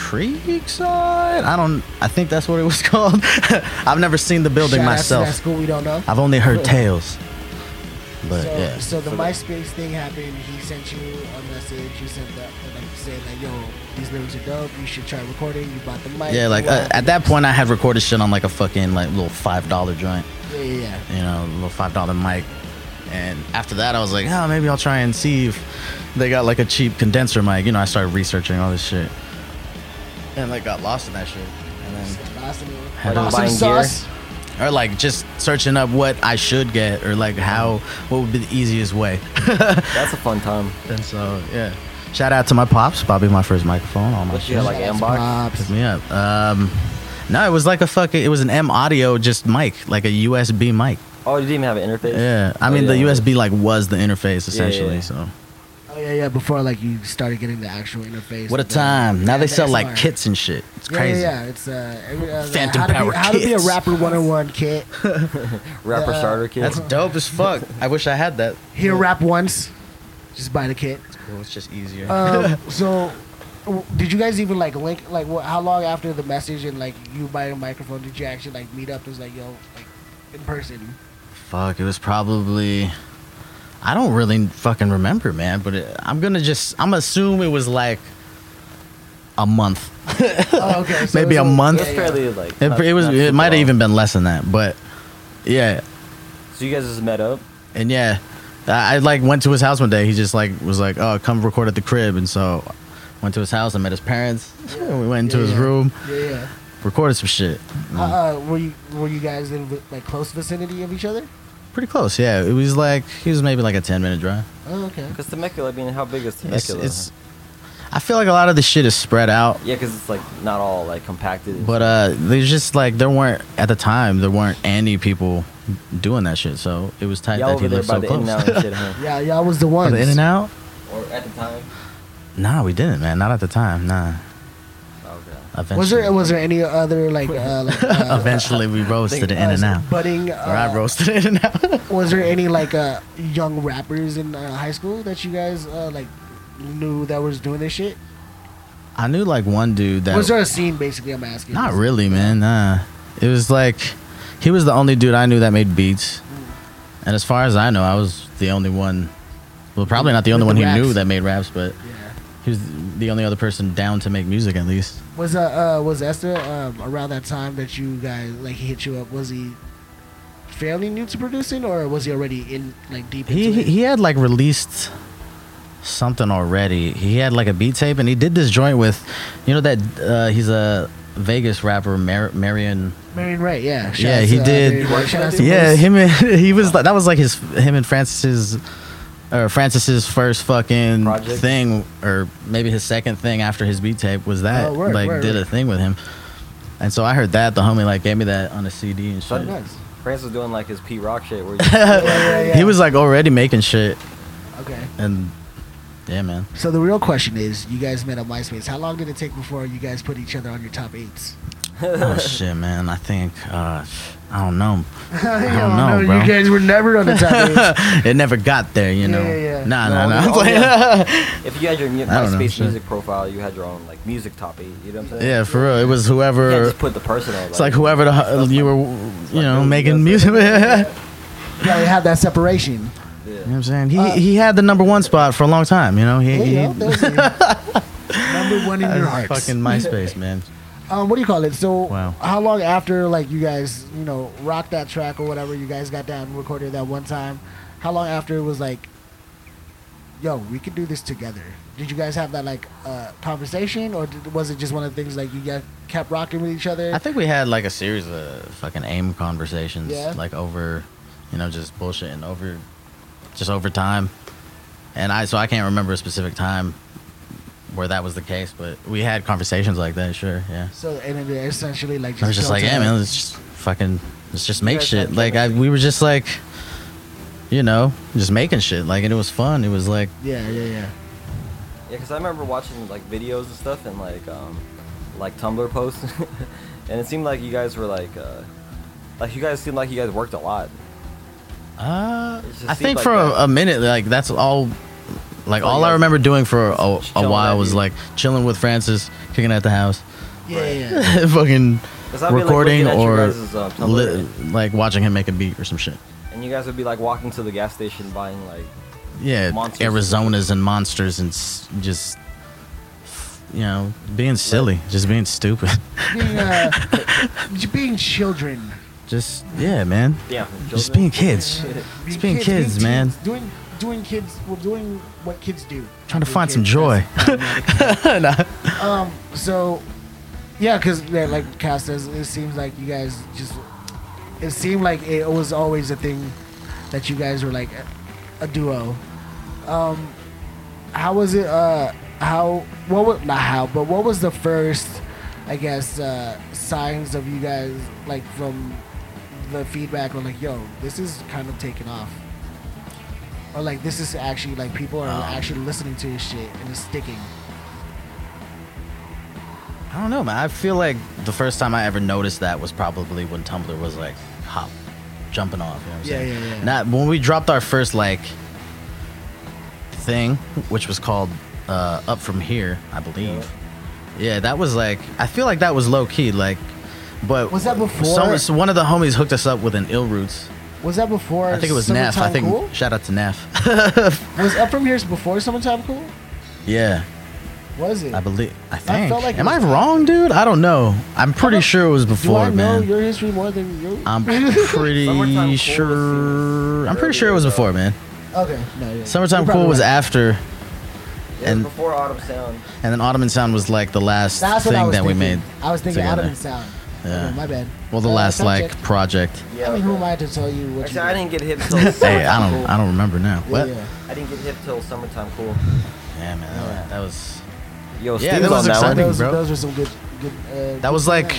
D: Creekside. I don't. I think that's what it was called. I've never seen the building
C: Shout out to that
D: myself.
C: school we don't know.
D: I've only heard tales. But
C: so,
D: yeah,
C: so the
B: So-
C: MySpace thing happened. He sent you a message. You sent that, like, saying like, "Yo, these lyrics are dope. You should try recording." You bought the mic.
D: yeah. Like
C: you
D: uh,
C: all-
D: at that point, I had recorded shit on like a fucking like little five dollar joint.
C: Yeah, yeah, yeah.
D: you know, a little five dollar mic. And after that, I was like, oh, maybe I'll try and see if they got like a cheap condenser mic. You know, I started researching all this shit, and like got lost in that shit. And
C: Just
D: then,
C: got lost in it.
D: Like
C: Lost in
B: buying
C: sauce.
D: or like just searching up what I should get, or like how what would be the easiest way.
B: That's a fun time.
D: and so, yeah. Shout out to my pops, Bobby, my first microphone, all my
B: What
D: shit.
B: you had, like
C: Shout out to
B: Ambox?
C: Pops.
D: Hit me up. Um, no, it was like a fucking. It was an M Audio just mic, like a USB mic.
B: Oh, you didn't even have an interface.
D: Yeah, I
B: Oh,
D: mean
B: yeah.
D: the USB like was the interface
B: Yeah, yeah,
D: essentially.
B: yeah.
D: So.
C: Oh yeah, yeah. Before like you started getting the actual interface.
D: What a
C: of the-
D: time! Now
C: Yeah,
D: they
C: the
D: sell like
C: XR.
D: kits and shit. It's
C: Yeah,
D: crazy.
C: Yeah, yeah, it's uh, every, uh, the
D: Phantom
C: how to
D: power
C: be, how to be a
D: kits.
C: rapper 101 kit.
B: Rapper
C: Yeah.
B: starter kit.
D: That's dope as fuck. I wish I had that.
C: Hear rap once, just buy the kit.
D: Well, it's just easier.
C: Um, so, w- did you guys even like link? Like, wh- how long after the message and like you buying a microphone did you actually like meet up? It was like yo, like in person.
D: fuck, it was probably. I don't really fucking remember, man. But it, I'm gonna just. I'm assume it was like a month.
C: Oh, okay. so
D: Maybe
C: it's
D: a month.
B: It's fairly like
D: It,
B: not-
D: it was.
B: not
D: It
B: too
D: might have
B: long.
D: even been less than that, but yeah,
B: So you guys just met up.
D: and yeah, I, I like went to his house one day. He just like was like, "Oh, come record at the crib," and so went to his house. I met his parents. and we went into
C: Yeah,
D: his
C: yeah.
D: room,
C: Yeah, yeah.
D: recorded some shit.
C: Uh, uh, were you were you guys in vi- like close vicinity of each other?
D: Pretty close, yeah. It was like he was maybe like a ten minute drive.
C: Oh, okay.
B: Because Temecula, I mean, how big is
D: It's,
B: Temecula?
D: it's. I feel like a lot of the shit is spread out,
B: yeah, because it's like not all like compacted.
D: but uh, there's just like there weren't at the time there weren't any people doing that shit. So it was tight
B: y'all
D: that he
B: over there
D: lived
B: by
D: so
B: the in and
D: close.
B: out and shit, huh?
C: Yeah, y'all was the
D: Oh,
C: ones.
D: the in and out.
B: Or at the time.
D: Nah, we didn't, man. Not at the time. Nah.
B: Oh god.
D: Eventually,
C: Was there was there any other like, uh, like uh,
D: eventually we roasted it in
C: uh,
D: and out.
C: budding?
D: Or I
C: Uh,
D: roasted it in and out.
C: was there any like uh, young rappers in uh, high school that you guys uh, like knew that was doing this shit?
D: I knew like one dude that
C: Was there a scene basically? I'm asking.
D: Not really, man. Nah. It was like he was the only dude I knew that made beats. And as far as I know, I was the only one well probably not the only
C: With
D: one
C: the
D: he knew
C: raps.
D: that made raps, but
C: Yeah.
D: he was the only other person down to make music at least.
C: Was uh, uh was Esther um, around that time that you guys like he hit you up? Was he fairly new to producing, or was he already in like deep?
D: He
C: into
D: he
C: it?
D: he had like released something already. He had like a beat tape and he did this joint with you know that uh, he's a Vegas rapper Mar- Marion
C: Marion Ray, yeah. Shout
D: Yeah,
C: out
D: he
C: to, uh,
D: did.
C: Marion Ray. Shout out to
D: yeah,
C: Wiz.
D: him and he was like that was like his him and Francis's or Francis's first fucking
B: Project?
D: thing or maybe his second thing after his beat tape was that
C: Oh, word,
D: like
C: word,
D: did a
C: word.
D: thing with him. And so I heard that the homie like gave me that on a CD and
B: So
D: shit.
C: Nice.
B: France was doing like his P Rock shit where you
C: Yeah, yeah, yeah.
D: He was like already making shit
C: okay.
D: and yeah, man.
C: So the real question is, you guys met on MySpace. How long did it take before you guys put each other on your top eights?
D: Oh shit, man. I think uh I don't know.
C: I
D: don't know, bro.
C: You guys were never on the top eights.
D: it never got there, you
C: Yeah,
D: know.
C: yeah, yeah.
D: Nah,
B: No,
D: nah, nah.
B: no,
D: I'm
B: oh,
D: playing.
B: if you had your mu-
D: I don't know,
B: MySpace
D: shit.
B: music profile, you had your own like music top eight. You know what I'm saying?
D: yeah, for real. It was
B: You can't
D: whoever
B: just put the personal.
D: It's like whoever the, hu- you were, you know,
B: like,
D: making
B: that's-
D: music. you know
C: you already had that separation.
D: what
B: Yeah.
D: I'm saying? He he had the number one spot for a long time. You know, he,
C: Uh, There
D: he,
C: you go. There's you. Number one in your
D: that's
C: hearts.
D: fucking MySpace man.
C: um, what do you call it? So,
D: Wow.
C: how long after like you guys, you know, rocked that track or whatever you guys got down and recorded that one time? How long after it was like, yo, we could do this together? Did you guys have that like uh, conversation, or did, was it just one of the things like you guys kept rocking with each other?
D: I think we had like a series of fucking aim conversations,
C: Yeah.
D: like over, you know, just bullshitting over, just over time. And I so I can't remember a specific time where that was the case, but we had conversations like that. Sure, yeah.
C: so, and then they're essentially like, just
D: I was just
C: still
D: like, yeah,
C: together."
D: man, let's just fucking, let's just
B: You
D: make
B: guys
D: shit.
B: had
D: Like, I,
B: chemistry.
D: we were just like, you know, just making shit. Like, and it was fun. It was like,
C: yeah, yeah, yeah.
B: Yeah, because I remember watching like videos and stuff and like um, like Tumblr posts, and it seemed like you guys were like uh, like you guys seemed like you guys worked a lot.
D: uh,
B: It just
D: I
B: seemed
D: think
B: like
D: for
B: that.
D: a, a minute, like that's all.
B: Like,
D: Like all
B: like,
D: I remember doing for a,
B: chilling
D: a while
B: at
D: was
B: you.
D: like chilling with Francis, kicking at the house,
C: Yeah,
B: Right.
C: yeah, yeah.
D: fucking
B: 'Cause I'd be, like,
D: recording
B: looking at you
D: or
B: guys' uh, Tumblr,
D: li- like watching him make a beat or some shit.
B: and you guys would be like walking to the gas station buying like
D: Yeah,
B: Monsters.
D: Arizonas and monsters and s- just you know being silly, just being stupid,
C: being, uh, j- being children.
D: just yeah, man.
B: damn
D: Just
B: children.
D: being kids. Just being kids,
C: being
D: man.
C: teens, doing doing kids, well, doing what kids do.
D: Trying to
C: Being
D: find some
C: kids,
D: joy.
C: Um. So, yeah, because like Cass says, it seems like you guys just. It seemed like it was always a thing that you guys were like a, a duo. Um, how was it? Uh, how? What was not how, but what was the first? I guess uh, signs of you guys like from the feedback were like, "Yo, this is kind of taking off," or like, "This is actually like people are actually listening to your shit and it's sticking."
D: I don't know, man. I feel like the first time I ever noticed that was probably when Tumblr was like hop, jumping off. You know what I'm
C: Yeah,
D: saying?
C: yeah, yeah.
D: Not when we dropped our first like thing, which was called uh, Up From Here, I believe. Yeah, that was like I feel like that was low key, like. But
C: Was that before-
D: Some, so one of the homies hooked us up with an ill roots.
C: Was that before?
D: I think it was Neff. I
C: Summertime
D: think
C: Cool?
D: shout out to Neff.
C: was up from here before summertime cool.
D: yeah.
C: Was it?
D: I believe. I think.
C: felt like it
D: Am I
C: was-
D: wrong, dude? I don't know. I'm pretty
C: don't-
D: sure it was
C: Do
D: before,
C: I know
D: man. Uh,
C: your history more than you?
D: I'm
B: Summertime Cool
D: pretty
B: was
D: sure. I'm pretty sure it
B: earlier,
D: was
B: though.
D: before, man.
C: okay. No, yeah.
D: Summertime
C: You're
D: Cool
C: probably
D: was
C: right.
D: after,
B: Yeah,
D: And-
B: before Autumn Sound.
D: and then Ottoman Sound was like the last
C: That's
D: thing
C: what I was
D: that we
C: thinking.
D: made.
C: I was thinking
D: together.
C: Adam and Sound.
D: Yeah.
C: Okay, my bad.
D: Well, the
C: Uh,
D: last
C: sound
D: like
C: check.
D: project.
B: Yeah.
C: I mean, who
B: okay.
C: am I to tell you what
B: Actually,
C: you
B: I
C: do?
B: didn't get hip till.
D: Hey,
B: Summertime
D: I don't.
B: Cool.
D: I don't remember now.
C: Yeah,
D: What?
C: yeah.
B: I didn't get hip till summertime cool.
D: Yeah, man. that was- That was.
B: Yo,
D: Yeah,
B: Steve's
D: that was
B: on that
D: exciting.
B: one.
C: those,
D: bro.
C: those were some good. good uh,
D: That was like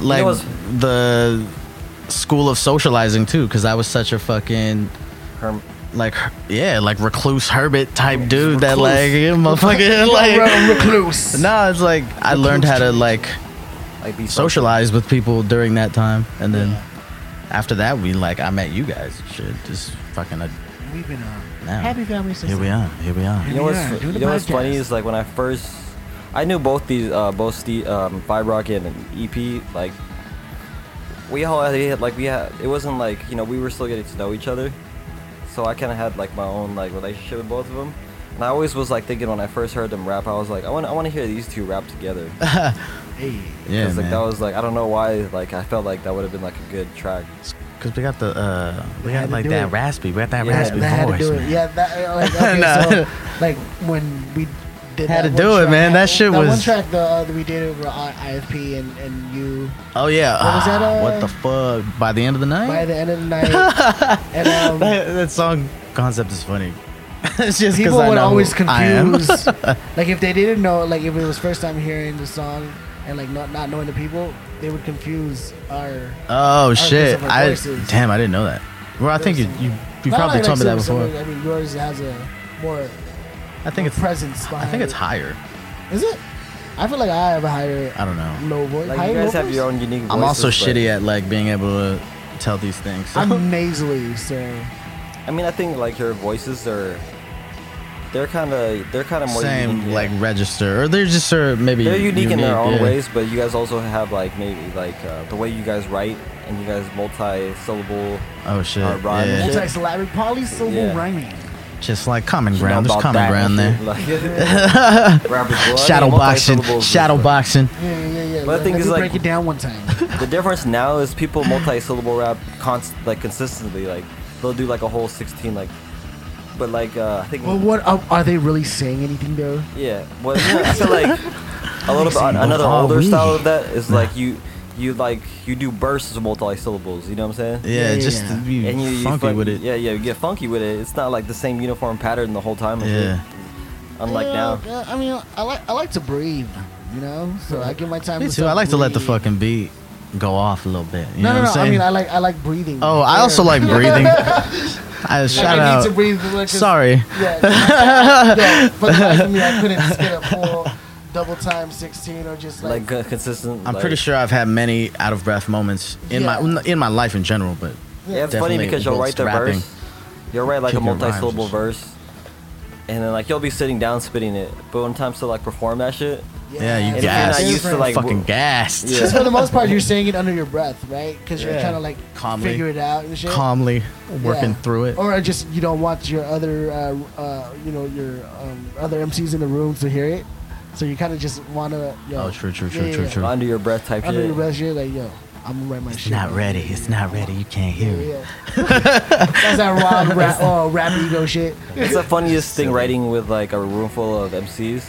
D: like
B: was-
D: the school of socializing too, because I was such a fucking
B: Herm-
D: like her- yeah, like recluse Herbert type dude that
B: Recluse.
D: like yeah, motherfucking like
C: recluse.
D: no, it's like I learned how to like
B: like be social.
D: socialize with people during that time, and then
C: Yeah.
D: after that we like I met you guys, and shit, just fucking uh,
C: We've been on
D: now.
C: happy family since
D: Here we are. Here we are.
B: You know what's
C: Yeah, doing
B: you
C: the
B: know what's funny
C: podcast.
B: is like when I first I knew both these uh both Steve um Five Rock and EP like we all had like we had it wasn't like you know we were still getting to know each other so I kind of had like my own like relationship with both of them and I always was like thinking when I first heard them rap I was like I want I want to hear these two rap together
C: Hey,
D: Yeah,
B: like
D: man.
B: that was like I don't know why like I felt like that would have been like a good track
D: Cause we got the uh, we
C: We had
D: got
C: to
D: like
C: do
D: that
C: it.
D: raspy, we got that
B: Yeah,
D: raspy
C: that had to
D: voice.
C: do it.
D: man.
C: Yeah, that, like, okay,
D: Nah.
C: so, like when we did
D: Had
C: that
D: to do
C: one
D: it,
C: track-
D: man. That shit
C: one
D: was-
C: track the, uh, that we did over on IFP and and you
D: Oh yeah.
C: What was that,
D: Ah,
C: uh,
D: what the fuck? By the end of the night.
C: by the end of the night and um,
D: that, that song concept is funny. it's just because
C: people
D: I
C: would
D: know
C: always
D: who I am.
C: confuse like if they didn't know like if it was first time hearing the song and like not not knowing the people they would confuse our
D: oh
C: because
D: shit!
C: of our
D: I
C: voices.
D: damn, I didn't know that. Well, I think you you, you
C: Not
D: probably
C: like-
D: told me
C: like
D: that
C: some-
D: before.
C: some- I mean yours has a more
D: I think it's
C: presence
D: I
C: behind
D: think it's
C: it.
D: higher.
C: is it I feel like I have a higher
D: I don't know.
C: low voice
B: like
C: higher
B: you guys
C: low
B: have
C: voice?
B: your own unique
D: I'm also
B: voices, but-
D: shitty at like being able to tell these things. so-
C: I'm nasally so
B: I mean, I think like your voices are, they're kind of they're kind of more
D: same
B: unique, yeah.
D: like register or they're just or maybe
B: they're unique, in their own
D: yeah.
B: ways, but you guys also have like maybe like uh, the way you guys write and you guys multi-syllable.
D: Oh shit!
B: Uh, rhyme and
D: yeah.
B: shit.
C: multi-syllabic polysyllable
B: Yeah.
C: rhyming
D: Just like common
B: You know
D: ground. There's
B: about
D: common
B: that
D: ground there.
B: and shit, like- Rappers, well, I mean,
D: Shadow boxing.
B: multi-syllables is
D: Shadow
B: like-
D: boxing.
C: yeah yeah
B: But
C: yeah
B: the
C: let,
B: thing
C: let
B: is,
C: me
B: like-
C: break it down one time
B: The difference now is people multi-syllable rap const- like consistently. Like they'll do like a whole 16 like, but like uh, I think.
C: well what are, are they really saying anything though
B: Yeah, well, yeah, I feel like a little bit another
D: Are
B: older
D: we?
B: style of that is like you, you like you do bursts of multi-syllables. You know what I'm saying?
D: Yeah,
C: Yeah,
D: just
C: yeah.
D: to be
B: and you, you
D: funky
B: fuck-
D: with it.
B: Yeah, yeah, you get funky with it. It's not like the same uniform pattern the whole time. Of
D: Yeah.
B: It. Unlike
C: Yeah,
B: now.
C: yeah, I mean, I like I like to breathe, you know. So I give my time.
D: Me
C: to
D: too.
C: stuff
D: I like to let the
C: breathe.
D: fucking beat go off a little bit. You
C: no, no,
D: know what
C: no.
D: I'm saying?
C: I mean, I like I like breathing.
D: oh, I also
C: Air.
D: like breathing. I
C: Like,
D: shout
C: I
D: out.
C: need to breathe. Like, 'cause-
D: Sorry.
C: Yeah. yeah, for the life of me, I couldn't just get a full double time sixteen or just like.
B: Like uh, consistent.
D: I'm
B: like-
D: pretty sure I've had many out of breath moments in
C: Yeah.
D: my in my life in general, but
B: Yeah, it's funny
D: Definitely
B: because you'll write
D: whilst
B: the
D: rapping.
B: verse. You'll write like a
D: Kicking rhymes
B: multi-syllable
D: and shit.
B: verse, and then like you'll be sitting down spitting it. But when it comes to like perform that shit,
D: yeah, you
B: if you're not
D: gassed.
B: used to, like,
D: fucking
B: w-
D: gassed.
B: Yeah.
C: Because for the most part, you're saying it under your breath, right? Because you're
D: Yeah.
C: trying to like
D: Calmly.
C: figure it out and shit.
D: Calmly working
C: Yeah.
D: through it.
C: Or just you don't want your other, uh, uh, you know, your um, other MCs in the room to hear it. So you kind of just want to.
D: Oh, true, true, true, true, true.
B: under your breath type
C: Under
B: shit.
C: your breath, you're like, yo, I'm gonna write my
D: It's
C: shit.
D: not ready. It's not ready. You can't hear it.
C: Yeah. That's that wild rap, oh, rap ego shit.
B: It's the funniest thing writing with like a room full of MCs.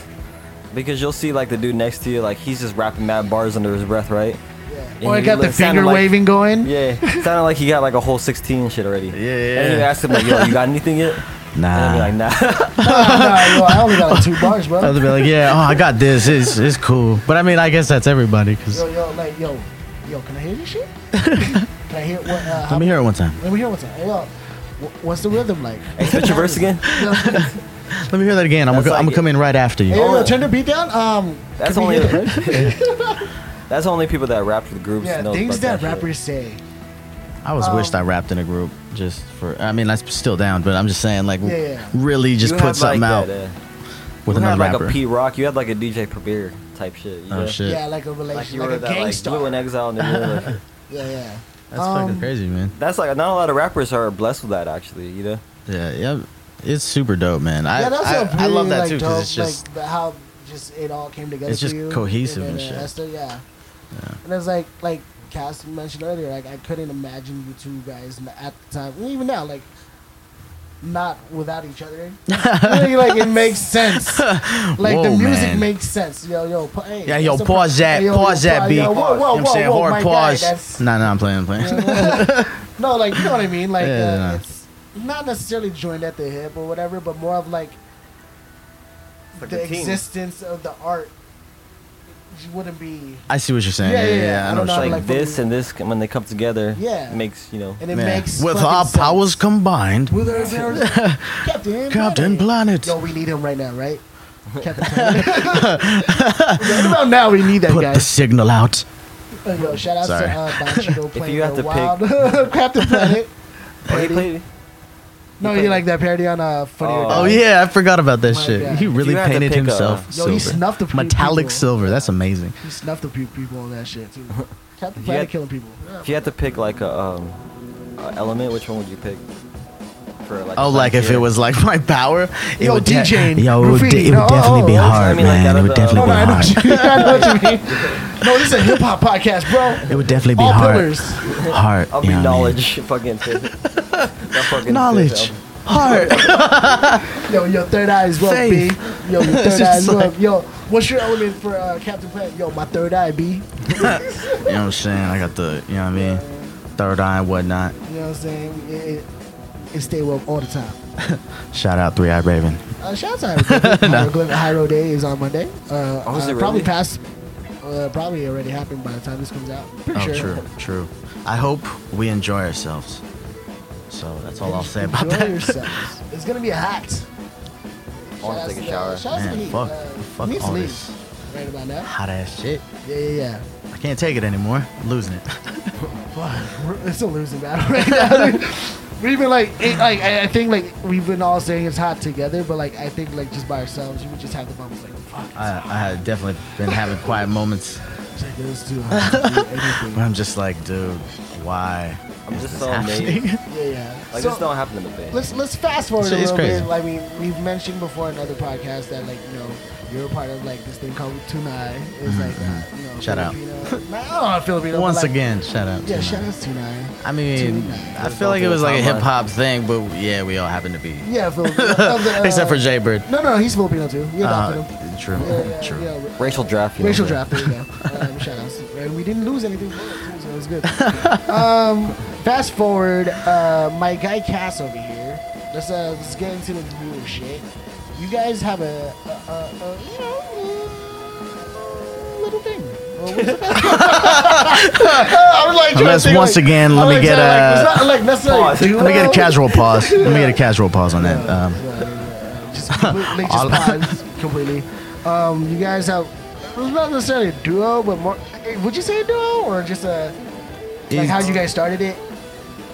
B: Because you'll see like the dude next to you, like he's just rapping mad bars under his breath, right?
C: Yeah.
B: And
C: Or I
B: you
C: got the
B: look- sounded
C: finger
B: like-
C: waving going.
B: Yeah. Sounded like he got like a whole 16 shit already. Yeah, And you
D: yeah.
B: ask him like, yo, you got anything yet? And
D: Nah.
B: I'd be like, nah.
C: Nah, nah, yo, I only got like two bars, bro.
D: I'll be like, yeah, oh, I got this. It's, it's cool. But I mean, I guess that's everybody. Cause
C: Yo, yo, like, yo, yo, can I hear this shit? can I hear what? Uh, how,
D: let me hear it one time.
C: Let me hear what's up. Hey, yo, wh- what's the rhythm like?
B: hey, spit your verse again.
D: Let me hear that again. I'm gonna
B: That's
D: go, I'm
B: like
D: gonna come in right after
C: Hey,
D: you.
C: yo,
B: Oh.
C: turn the beat down. Um,
B: That's
C: can we
B: only
C: hear it?
B: that's only people that rap with groups.
C: yeah,
B: knows
C: things
B: about that
C: that
B: shit.
C: rappers say.
D: I always
B: Oh.
D: wished I rapped in a group just for. I mean, I'm still down, but I'm just saying, like,
C: Yeah, yeah.
D: really just
B: You
D: put
B: had,
D: something
B: like,
D: out
B: That, uh,
D: with
B: you had
D: another
B: like
D: rapper.
B: a P Rock, you had like a DJ Premier type shit. You
D: Oh,
B: know?
D: shit.
C: Yeah, like a
B: Like
C: relation,
B: you
C: like,
B: were
C: a
B: that like
C: gangster.
B: blue in exile in the middle of-
C: yeah, yeah.
D: That's
C: Um,
D: fucking crazy, man.
B: That's like not a lot of rappers are blessed with that actually, you know?
D: Yeah, yeah. It's super dope, man. I,
C: yeah, that's a
D: I,
C: pretty,
D: I love that
C: like,
D: too
C: dope,
D: because it's just
C: like, the- how just it all came together.
D: It's
C: for
D: just
C: you,
D: cohesive and
C: then
D: shit.
C: Esther, yeah. And it's like like Cass mentioned earlier, like I couldn't imagine you two guys n- at the time, and even now, like not without each other. Really, like it makes sense. Like the
D: Whoa,
C: music
D: man.
C: makes sense. Yo, yo, pa- hey,
D: Yeah, yo,
C: that's a
D: pause
C: pro-
D: that,
C: yo,
D: pause
C: yo,
D: that
C: pa-
D: beat.
C: yo, whoa, whoa,
D: You know what I'm
C: Oh, whoa,
D: saying
C: whoa,
D: hard
C: my
D: pause.
C: guy, that's-
D: nah, nah, I'm playing, I'm playing.
C: no, like you know what I mean. Like
D: Yeah,
C: uh,
D: yeah.
C: it's not necessarily joined at the hip or whatever, but more of like
B: Like
C: the
B: a team.
C: existence of the art wouldn't be,
D: I see what you're saying.
C: Yeah,
D: Yeah,
C: yeah,
D: yeah,
C: yeah.
D: I know.
C: I
D: what
C: don't
D: you're
B: like,
C: like
B: this
C: from-
B: and this when they come together.
C: Yeah.
B: makes you know.
C: and it
D: Man.
C: makes
D: With
C: fucking
D: our
C: sense.
D: powers combined,
C: With our powers, Captain
D: Captain Planet.
C: Yo, we need him right now, right? Captain Planet. right about now, we need that
D: put
C: guy.
D: the signal out.
C: Uh, yo, shout out
D: Sorry.
C: to uh, Banchito playing
B: you have
C: the
B: to
C: wild Captain Planet.
B: Oh, he
C: Parody.
B: played.
C: No,
B: played-
C: you like that parody on uh, Funny or
B: Oh.
C: Die?
D: Oh yeah, I forgot about that
C: My
D: shit.
C: God.
D: He really
B: You had to
D: painted
B: pick a-
D: himself
C: Yo, he
D: silver.
C: snuffed a few
D: metallic
C: people.
D: silver. That's amazing.
C: He snuffed a few people on that shit too. Captain
B: If you
C: Planet
B: had-
C: killing people.
B: If you had to pick like a um, uh, element, which one would you pick? For like. a
D: Oh, like if
B: frontier?
D: it was like my power, it
C: Yo,
D: would de-
C: DJing,
D: yo, it would,
C: graffiti,
D: de- it would
C: no,
D: definitely be
C: oh, oh,
D: hard,
B: I mean, like
D: man.
B: that
D: it would
B: other-
D: definitely
C: No,
D: be
C: no, Oh, I know,
D: hard.
C: what you, I know what you mean. No, this is a hip hop podcast, bro.
D: It would definitely be
C: All
D: hard.
C: pillars.
D: Heart.
B: I'll
D: you
B: be
D: know what I mean?
B: knowledge. Fucking. That fucking
D: Knowledge. Heart.
C: Yo, your third eye is up, B.
D: Faith.
C: Yo, your
D: It's
C: third eye
D: just
C: is
D: like-
C: up. Yo, what's your element for uh, Captain Planet? Yo, my third eye, B.
D: You know what I'm saying? I got the, you know what I mean? Third eye and whatnot.
C: You know what I'm saying? It, it, it stay up all the time.
D: Shout out Three Eye Raven.
C: Uh, shout out to Hieroglyph. Hieroglyph Hyro Day is on Monday. Uh,
B: Oh, is
C: uh,
B: it
C: Probably
B: really?
C: past, uh, probably already happened by the time this comes out. Pretty sure.
D: Oh, true, true. I hope we enjoy ourselves. So that's all I'll say about
C: Enjoy
D: that.
C: yourselves. It's gonna be hot.
B: I wanna take a shower.
C: Shout out to
D: Man,
C: Malik.
D: fuck,
C: Uh,
D: fuck
C: Malik's
D: all
C: Malik.
D: this
C: Right about now.
D: hot ass shit.
C: Yeah, yeah, yeah.
D: I can't take it anymore. I'm losing it.
C: Fuck, we're- it's a losing battle right now. dude. We've been like, it, like I, I think like we've been all saying it's hot together, but like I think like just by ourselves, we just have the moments like, fuck,
D: I, I had definitely been having quiet moments
C: it's like this too hot to do anything.
D: where I'm just like, dude, why?
B: I'm
D: is
B: just
D: this
B: so amazed.
D: happening?
C: Yeah, yeah.
B: Like
C: So-
B: this don't happen in the band.
C: let's let's fast forward
D: Shit
C: a
D: is
C: little
D: crazy.
C: bit. I mean, we've mentioned before in other podcasts that like you know you're a part of like this thing called Tunai. It's like uh, you know
D: Mm-hmm, Shout out.
C: Filipino- Nah, I don't know Filipino. but,
D: Once
C: like,
D: again, shout out.
C: yeah,
D: to
C: shout
D: my-
C: out Tunai.
D: I mean,
C: Tonight.
D: I feel like it was like a hip hop thing, but yeah, we all happen to be.
C: Yeah, Filipino. of the, uh,
D: Except for Jay Bird.
C: No, no, he's Filipino too. We adopted him.
D: Uh, true,
C: Yeah, yeah,
D: true.
C: yeah, ra-
B: Racial draft. You know,
C: Racial
B: man.
C: draft. There you go. Um, shout outs. And we didn't lose anything, for it, too, so it was good. Um, fast forward, uh, my guy Cass over here. Let's uh, let's get into the real shit. You guys have a, a, a, a you know a little thing. Well, what's it called? I was like, trying to
D: Unless
C: think,
D: once again,
C: I
D: let me
C: was
D: get
C: trying to,
D: a-
C: Like, it's not like necessarily
B: Pause. Let me
D: Let me get
C: duo.
D: a casual pause. Let me get a casual pause on that. Um,
C: Just completely, just
D: All-
C: pause completely. Um, you guys have well, not necessarily a duo, but more. eh, Would you say a duo or just a like
D: It's-
C: how you guys started it?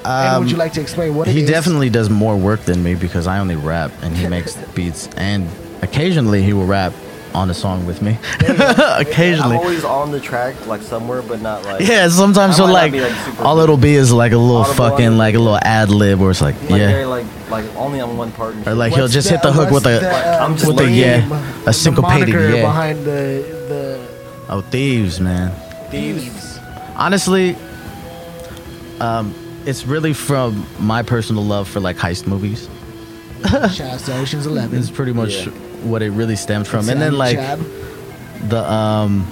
C: and would you like to explain what it
D: Um, he
C: is?
D: definitely does more work than me because I only rap and he makes beats and occasionally he will rap on a song with me.
B: I'm
D: occasionally.
B: always on the track, like somewhere, but not like.
D: Yeah, sometimes
B: I
D: he'll
B: might not
D: like,
B: be, like, super
D: all it'll be is like a little
B: audible on
D: fucking
B: it.
D: like a little ad lib or it's like,
B: Like
D: yeah.
B: very like like only on one part. and
D: Or
B: shit.
D: like he'll
C: What's
D: just hit the hook
C: what's
D: with a
C: the,
B: I'm just
D: with a
B: lame.
C: name,
D: yeah, a syncopated
C: the moniker
D: yeah.
C: behind the
D: Oh thieves, man.
C: the
B: thieves.
D: Honestly, um, it's really from my personal love for like heist movies.
C: Shout out to Ocean's Eleven.
D: It's pretty much
B: Yeah.
D: what it really stemmed from. and then like
C: Chab.
D: the um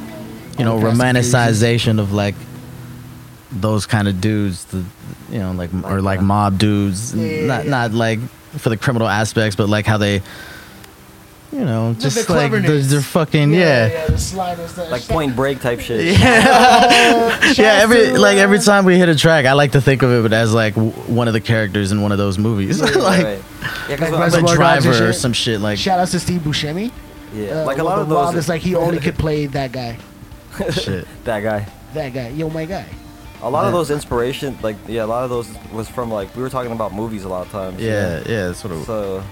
D: you know
C: All the
D: romanticization of like those kind of dudes the you know like or like mob dudes
C: Yeah.
D: not not like for the criminal aspects but like how they you know
C: The-
D: just
C: the
D: like they're,
C: cleverness.
D: they're fucking yeah yeah,
C: yeah the uh, sliders, the-
B: Like Point Break type shit.
C: Shout out
D: every
C: to,
D: like
C: uh,
D: every time we hit a track i like to think of it as like w- one of the characters in one of those movies like uh,
B: right. yeah, 'cause
C: Like
B: I'm
D: the
C: Reservoir Dogs and
D: driver or
C: shit.
D: some shit like
C: Shout out to Steve Buscemi.
B: Yeah,
C: Uh,
B: like a
C: with
B: lot
C: the
B: of those.
C: wildest, like he only could play that guy,
D: shit
B: that guy.
C: that guy. Yo, my guy.
B: A lot of
D: Yeah.
B: those inspiration, like yeah, a lot of those was from like we were talking about movies a lot of times. you
D: yeah
B: know?
D: yeah that's what it,
B: So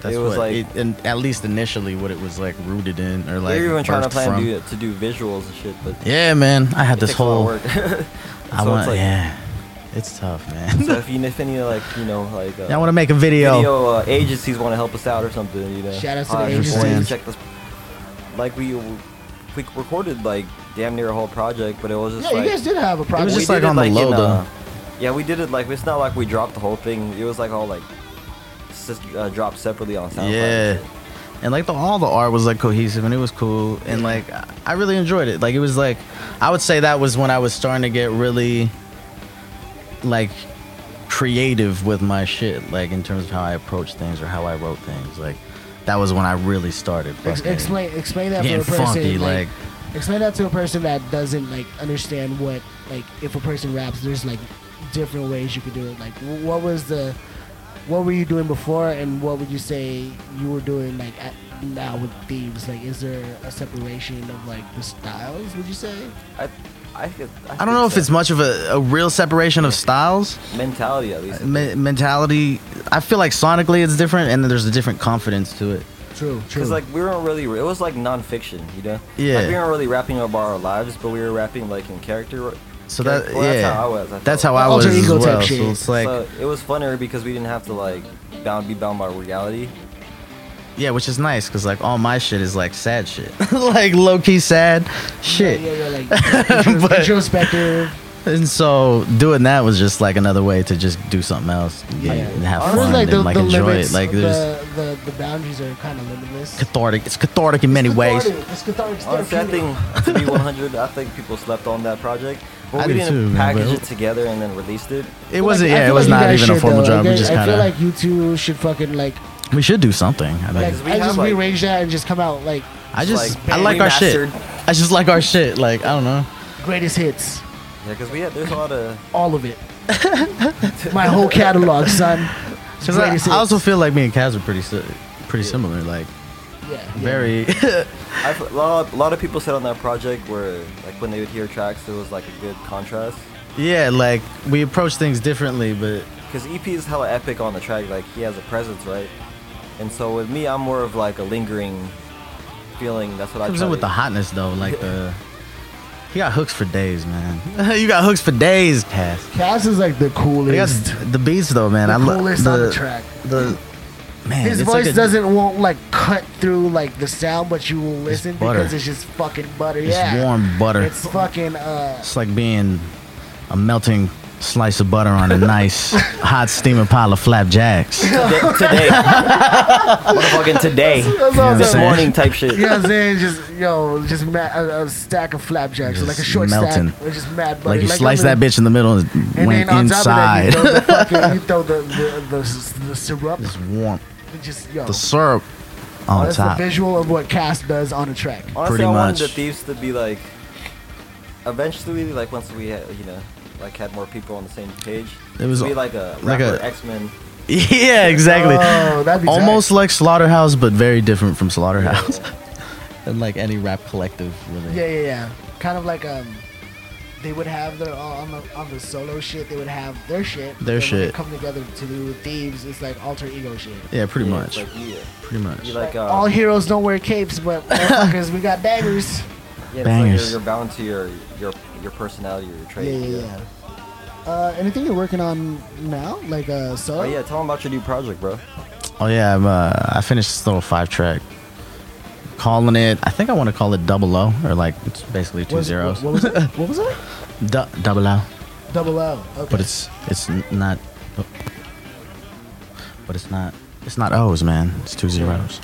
D: that's
B: it was
D: what
B: like-
D: it, and at least initially what it was like rooted in or like
B: they were even trying to
D: birthed
B: plan
D: from.
B: to do, to do visuals and shit, but
D: Yeah, man. I had
B: it
D: this
B: takes a lot
D: whole.
B: of work.
D: I
B: so
D: want.
B: it's like-
D: yeah, it's tough, man.
B: so if you if any like you know like uh,
D: Y'all want to make a video?
B: video uh, agencies want to help us out or something, you know.
C: Shout out to
B: Uh,
C: the
B: your boy,
D: agencies.
B: Check this like we we recorded like damn near a whole project, but it was just
C: yeah,
B: like
C: you guys did have a project.
D: was
B: we
D: just
B: did
D: like
B: it,
D: on the
B: in,
D: low, though.
B: uh, yeah, we did it like it's not like we dropped the whole thing. It was like all like sis- uh, dropped separately on SoundCloud.
D: Yeah. And like the, all the art was like cohesive and it was cool and like I- I really enjoyed it. Like it was like I would say that was when I was starting to get really like creative with my shit like in terms of how I approached things or how I wrote things. Like that was when I really started
C: Ex-
D: fucking
C: explain explain that for
D: getting
C: a person.
D: funky
C: like,
D: like
C: explain that to a person that doesn't like understand what like if a person raps, there's like different ways you could do it. Like, wh- what was the, what were you doing before, and what would you say you were doing like at, now with Thieves? Like, is there a separation of like the styles? Would you say?
B: I, I, could- I,
D: I don't know if it's much of a, a real separation of styles.
B: mentality at least.
D: Me- mentality I feel like sonically it's different and there's a different confidence to it.
C: True, true.
B: Cause like we weren't really, it was like nonfiction, you know.
D: Yeah.
B: Like, we weren't really rapping about our lives, but we were rapping like in character.
D: So that
B: well, that's
D: yeah,
B: how I was. I
D: that's
B: felt.
D: how I
C: Alter
D: was as
C: ego type
D: well.
C: shit.
D: So it's like
B: so it was funner because we didn't have to like bound be bound by reality.
D: Yeah, which is nice because like all my shit is like sad shit, like low key sad shit.
C: Yeah, yeah, yeah, like intros-
D: But-
C: introspective.
D: And so doing that was just like another way to just do something else and,
B: Oh,
C: Yeah.
D: and have
C: Honestly,
D: fun
C: like the,
D: and like
C: the
D: enjoy
C: limits,
D: it. Like there's
C: the, the, the boundaries are kind of limitless.
D: cathartic. It's cathartic in many
C: It's
D: ways.
C: cathartic. It's cathartic. It's
B: Honestly, I
C: therapeutic.
B: think to be 100, I think people slept on that project. But
D: I
B: we
D: do
B: didn't
D: too, man,
B: package
D: but-
B: it together and then released it.
D: It
C: feel
D: wasn't.
C: like- I
D: yeah, it
C: feel
D: was
C: like you
D: not
C: guys
D: even a
C: should,
D: formal
C: though.
D: job.
C: I
D: We
C: guess-
D: just
C: I
D: kind
C: feel
D: of
C: like you two should fucking like,
D: we should do something. I
C: like
D: think.
B: we
C: I
B: have,
C: just
B: like-
C: rearrange that and just come out like
D: I just
B: like,
D: I like our shit.
B: remastered.
D: I just like our shit. Like I don't know.
C: greatest hits,
B: Yeah, because we had there's a lot of
C: all of it. My whole catalog, son.
D: Because
C: Greatest
D: I, I also
C: hits.
D: feel like me and Kaz are pretty si- pretty similar. Like
C: Yeah, yeah.
D: very.
B: I've, a, lot, a lot of people said on that project where like when they would hear tracks, it was like a good contrast.
D: yeah, like we approach things differently, but
B: Because EP E is hella epic on the track, like he has a presence, right? And so with me, I'm more of like a lingering feeling. That's what I
D: comes
B: try
D: in with
B: to-
D: the hotness though, like the. He got hooks for days, man. you got hooks for days, Cass.
C: Cass is like the
D: He got
C: coolest,
D: the beats though, man. I
C: the
D: love
C: coolest on the track.
D: The man,
C: His
D: it's
C: voice
D: like a-
C: doesn't won't like cut through like the sound, but you will listen
D: butter.
C: because it's just fucking butter.
D: It's
C: yeah,
D: warm butter.
C: It's
D: It's,
C: fucking uh,
D: like being a melting slice of butter on a nice hot steaming pile of flapjacks.
B: today. today. Motherfucking today.
C: that's what I'm
B: This
D: saying.
B: morning type shit.
C: you know what I'm saying? Just yo, just ma a, a stack of flapjacks,
D: Just
C: like a short
D: melting.
C: stack, or just mad butter.
D: like you
C: I'm
D: slice that
C: in-
D: bitch in the middle and,
C: And
D: went
C: then on
D: inside.
C: top of that, you throw the, fucking, you throw the, the, the, s- the syrup.
D: it's warm.
C: It Just yo, Oh,
D: The syrup on
C: that's
D: top.
C: the visual of what Cass does on a track.
B: Honestly,
D: Pretty
B: I
D: much.
B: wanted the thieves to be like, eventually, like once we had, you know, like had more people on the same page,
D: It was
B: to be
D: a-
B: like a like
D: like a-
B: X Men.
D: yeah, exactly.
C: Oh, that'd be tight.
D: almost like Slaughterhouse, but very different from Slaughterhouse. and like any rap collective, really.
C: Yeah, yeah, yeah. Kind of like um, they would have their uh, on the on the solo shit. They would have their shit.
D: Their
C: and when they
D: shit.
C: come together to do thieves. It's like alter ego shit.
D: Yeah, pretty
B: Yeah, it's
D: much.
B: Like, yeah.
D: pretty much.
B: You like, uh,
C: All heroes don't wear capes, but motherfuckers, we got daggers.
B: yeah, it's like
D: bangers.
B: you're, you're bound to your your your personality or your
C: Yeah,
B: trait.
C: yeah, yeah. Uh, anything you're working on now, like uh, solo?
B: Oh yeah, tell them about your new project, bro.
D: Oh yeah, I'm, uh, I finished this little five track. Calling it, I think I want to call it double O or like it's basically two
C: What was-
D: zeros.
C: What, what was it? What was it?
D: Du- double O,
C: Double O. Okay.
D: but it's it's n- not. But it's not it's not O's, man. It's two zeros.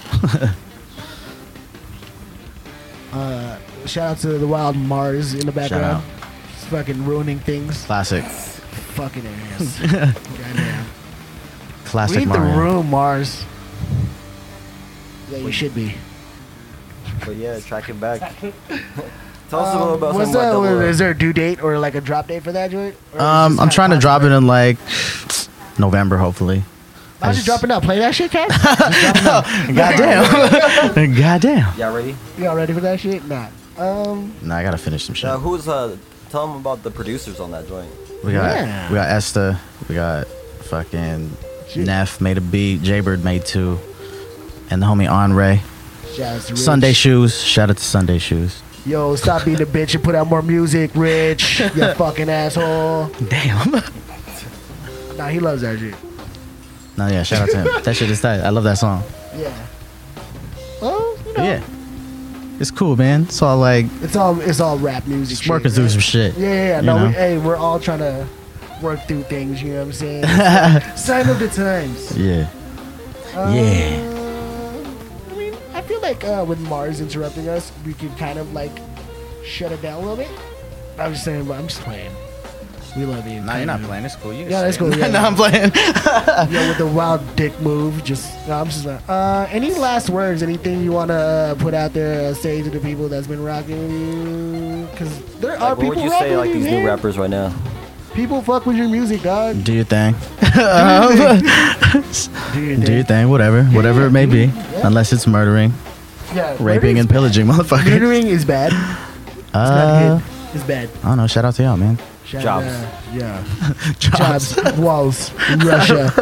C: Uh, shout out to the wild Mars in the background.
D: out.
C: It's fucking ruining things.
D: Classic,
C: Fucking ass. Goddamn.
D: classic
C: Read
D: Mario.
C: the room, Mars. Yeah, you should be.
B: But yeah, track it back. tell us a little about
C: what's
B: something about
C: the-
B: Double O.
C: Is there a due date or like a drop date for that joint? Or is this
D: Um, I'm
C: kinda
D: trying to drop it
C: popular?
D: in like November, hopefully.
C: Why don't you
D: Just-
C: drop it now? Play that shit, Cap?
D: Goddamn. Goddamn.
B: Y'all ready?
C: Y'all ready for that shit? Nah. Um,
D: Nah, I gotta finish some shit.
C: Oh,
B: Now, who's uh? Tell them about the producers on that joint.
D: We got
C: Yeah.
D: we got Esta, we got fucking Neff made a beat, Jaybird made two, and the homie Onray.
C: shout out to Rich.
D: Sunday Shoes, shout out to Sunday Shoes.
C: Yo, stop being a bitch and put out more music, Rich. You fucking asshole.
D: Damn.
C: Nah, he loves that shit.
D: no, yeah, shout out to him. that shit is tight. I love that song.
C: Yeah. Well, you know,
D: But yeah, It's cool, man. It's all like
C: It's all it's all rap music.
D: just working
C: shit,
D: through
C: right?
D: some shit.
C: Yeah, yeah, yeah.
D: you
C: No,
D: know?
C: we, hey, we're all trying to work through things. You know what I'm saying? Sign of the times.
D: yeah.
C: Uh,
D: Yeah.
C: I mean, I feel like uh, with Mars interrupting us, we could kind of like shut it down a little bit. I'm just saying, but I'm just playing. We love you.
D: Nah, you're not playing. It's cool. You can
C: Yeah, that's
D: stay.
C: cool, yeah.
D: nah, I'm playing.
C: Yo, with the wild dick move, just no, I'm just like, uh, any last words? Anything you wanna put out there? Uh, say to the people that's been rocking with you? Cause there are
B: Like, what
C: people
B: would you
C: rocking
B: say, like
C: with you,
B: these new
C: man.
B: rappers right now?
C: People fuck with your music, dog.
D: Do your thing.
C: Do your
D: Do your thing. Whatever. Whatever it may be. Unless it's murdering,
C: Yeah,
D: raping,
C: murdering
D: and pillaging,
C: is-
D: motherfucker.
C: Murdering is bad. It's
D: Uh,
C: not good. It's bad.
D: I don't know. Shout out to y'all, man.
C: Shout
B: Jobs.
C: out- uh, yeah. Jobs. Walls. Russia.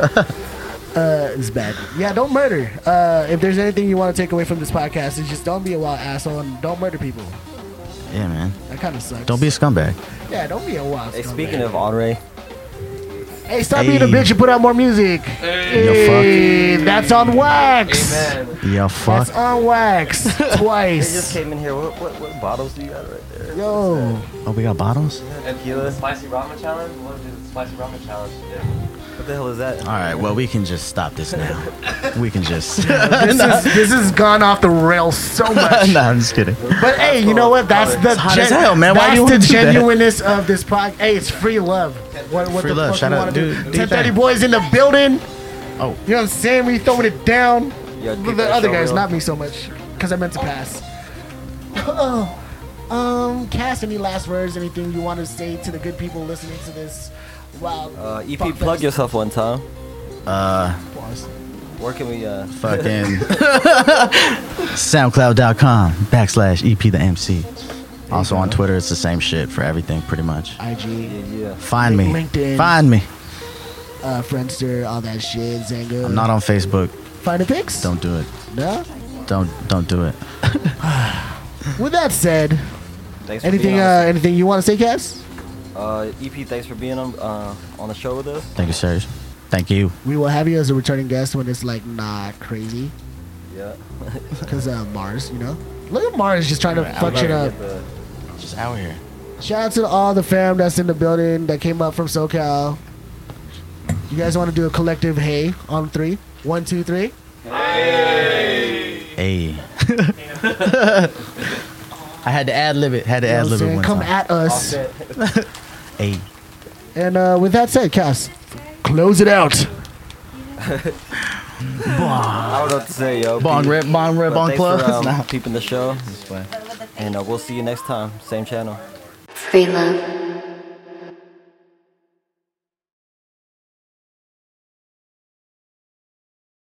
C: Uh, it's bad. Yeah, don't murder. Uh, if there's anything you want to take away from this podcast, is just don't be a wild asshole and don't murder people.
D: Yeah, man.
C: That kind of sucks.
D: Don't be a scumbag.
C: Yeah, don't be a wild.
B: Hey,
C: scumbag.
B: speaking of Andre,
C: Hey, stop being a
D: Hey.
C: bitch and put out more music. Hey, that's on wax.
D: Yeah, fuck.
C: That's on wax
B: They
C: twice.
B: just came in here. What, what, what bottles do you got right there?
C: Yo,
D: Oh, we got bottles?
B: Tequila.
F: Spicy ramen challenge? We want to do the spicy ramen challenge today.
B: What the hell is that?
D: All right, well, we can just stop this now. We can just.
C: this is this has gone off the rails so much.
D: nah, I'm just kidding.
C: But hey, you know what? That's the
D: hot as hell, man. Why
C: that's
D: you wanna
C: the
D: do that?
C: genuineness of this podcast. Hey, it's free love. What, what
D: Free
C: the
D: love.
C: fuck
D: Shout
C: you
D: out,
C: wanna do?
D: dude. Do your
C: 1030
D: thing.
C: boys in the building.
D: Oh.
C: you know what I'm saying? We throwing it down.
B: Yo, keep
C: the
B: that
C: other
B: show
C: guys,
B: real.
C: not me so much, because I meant to pass. Oh, um, Cass, any last words? Anything you want to say to the good people listening to this? Wow.
B: Uh, EP,
C: fuck
B: plug
C: fest?
B: yourself one time.
D: Uh,
C: Pause.
B: Where can we? Uh,
D: fucking. SoundCloud.com backslash EP the MC. Also on Twitter, it's the same shit for everything, pretty much.
B: yeah,
C: IG,
B: yeah.
D: Find me.
C: LinkedIn.
D: Find me.
C: uh, Friendster, all that shit. Zango.
D: I'm not on Facebook.
C: Find the pics.
D: Don't do it.
C: No.
D: Don't don't do it.
C: With that said,
B: Thanks for
C: anything
B: being
C: uh,
B: on.
C: anything you want to say, Cass?
B: Uh, EP, thanks for being on uh, on the show with us.
D: Thank you, sirs. Thank you.
C: We will have you as a returning guest when it's like not crazy,
B: Yeah.
C: because uh, Mars, you know. Look at Mars just trying to fuck shit up.
B: The-
D: Just out here.
C: Shout out to all the fam that's in the building that came up from SoCal. You guys want to do a collective hey on three? One, two, three.
D: Hey. I had to ad lib it. Had to
C: You know
D: ad
C: what I'm
D: lib it
C: saying?
D: one
C: Come
D: time.
C: at us.
D: hey.
C: And uh, with that said, Cass, close it out.
B: I don't know what to say, yo.
D: Bong
B: P.
D: rip, bong rip,
B: But
D: bong
B: thanks for,
D: club.
B: um, peeping the show, and uh, we'll see you next time, same channel.
A: Free love.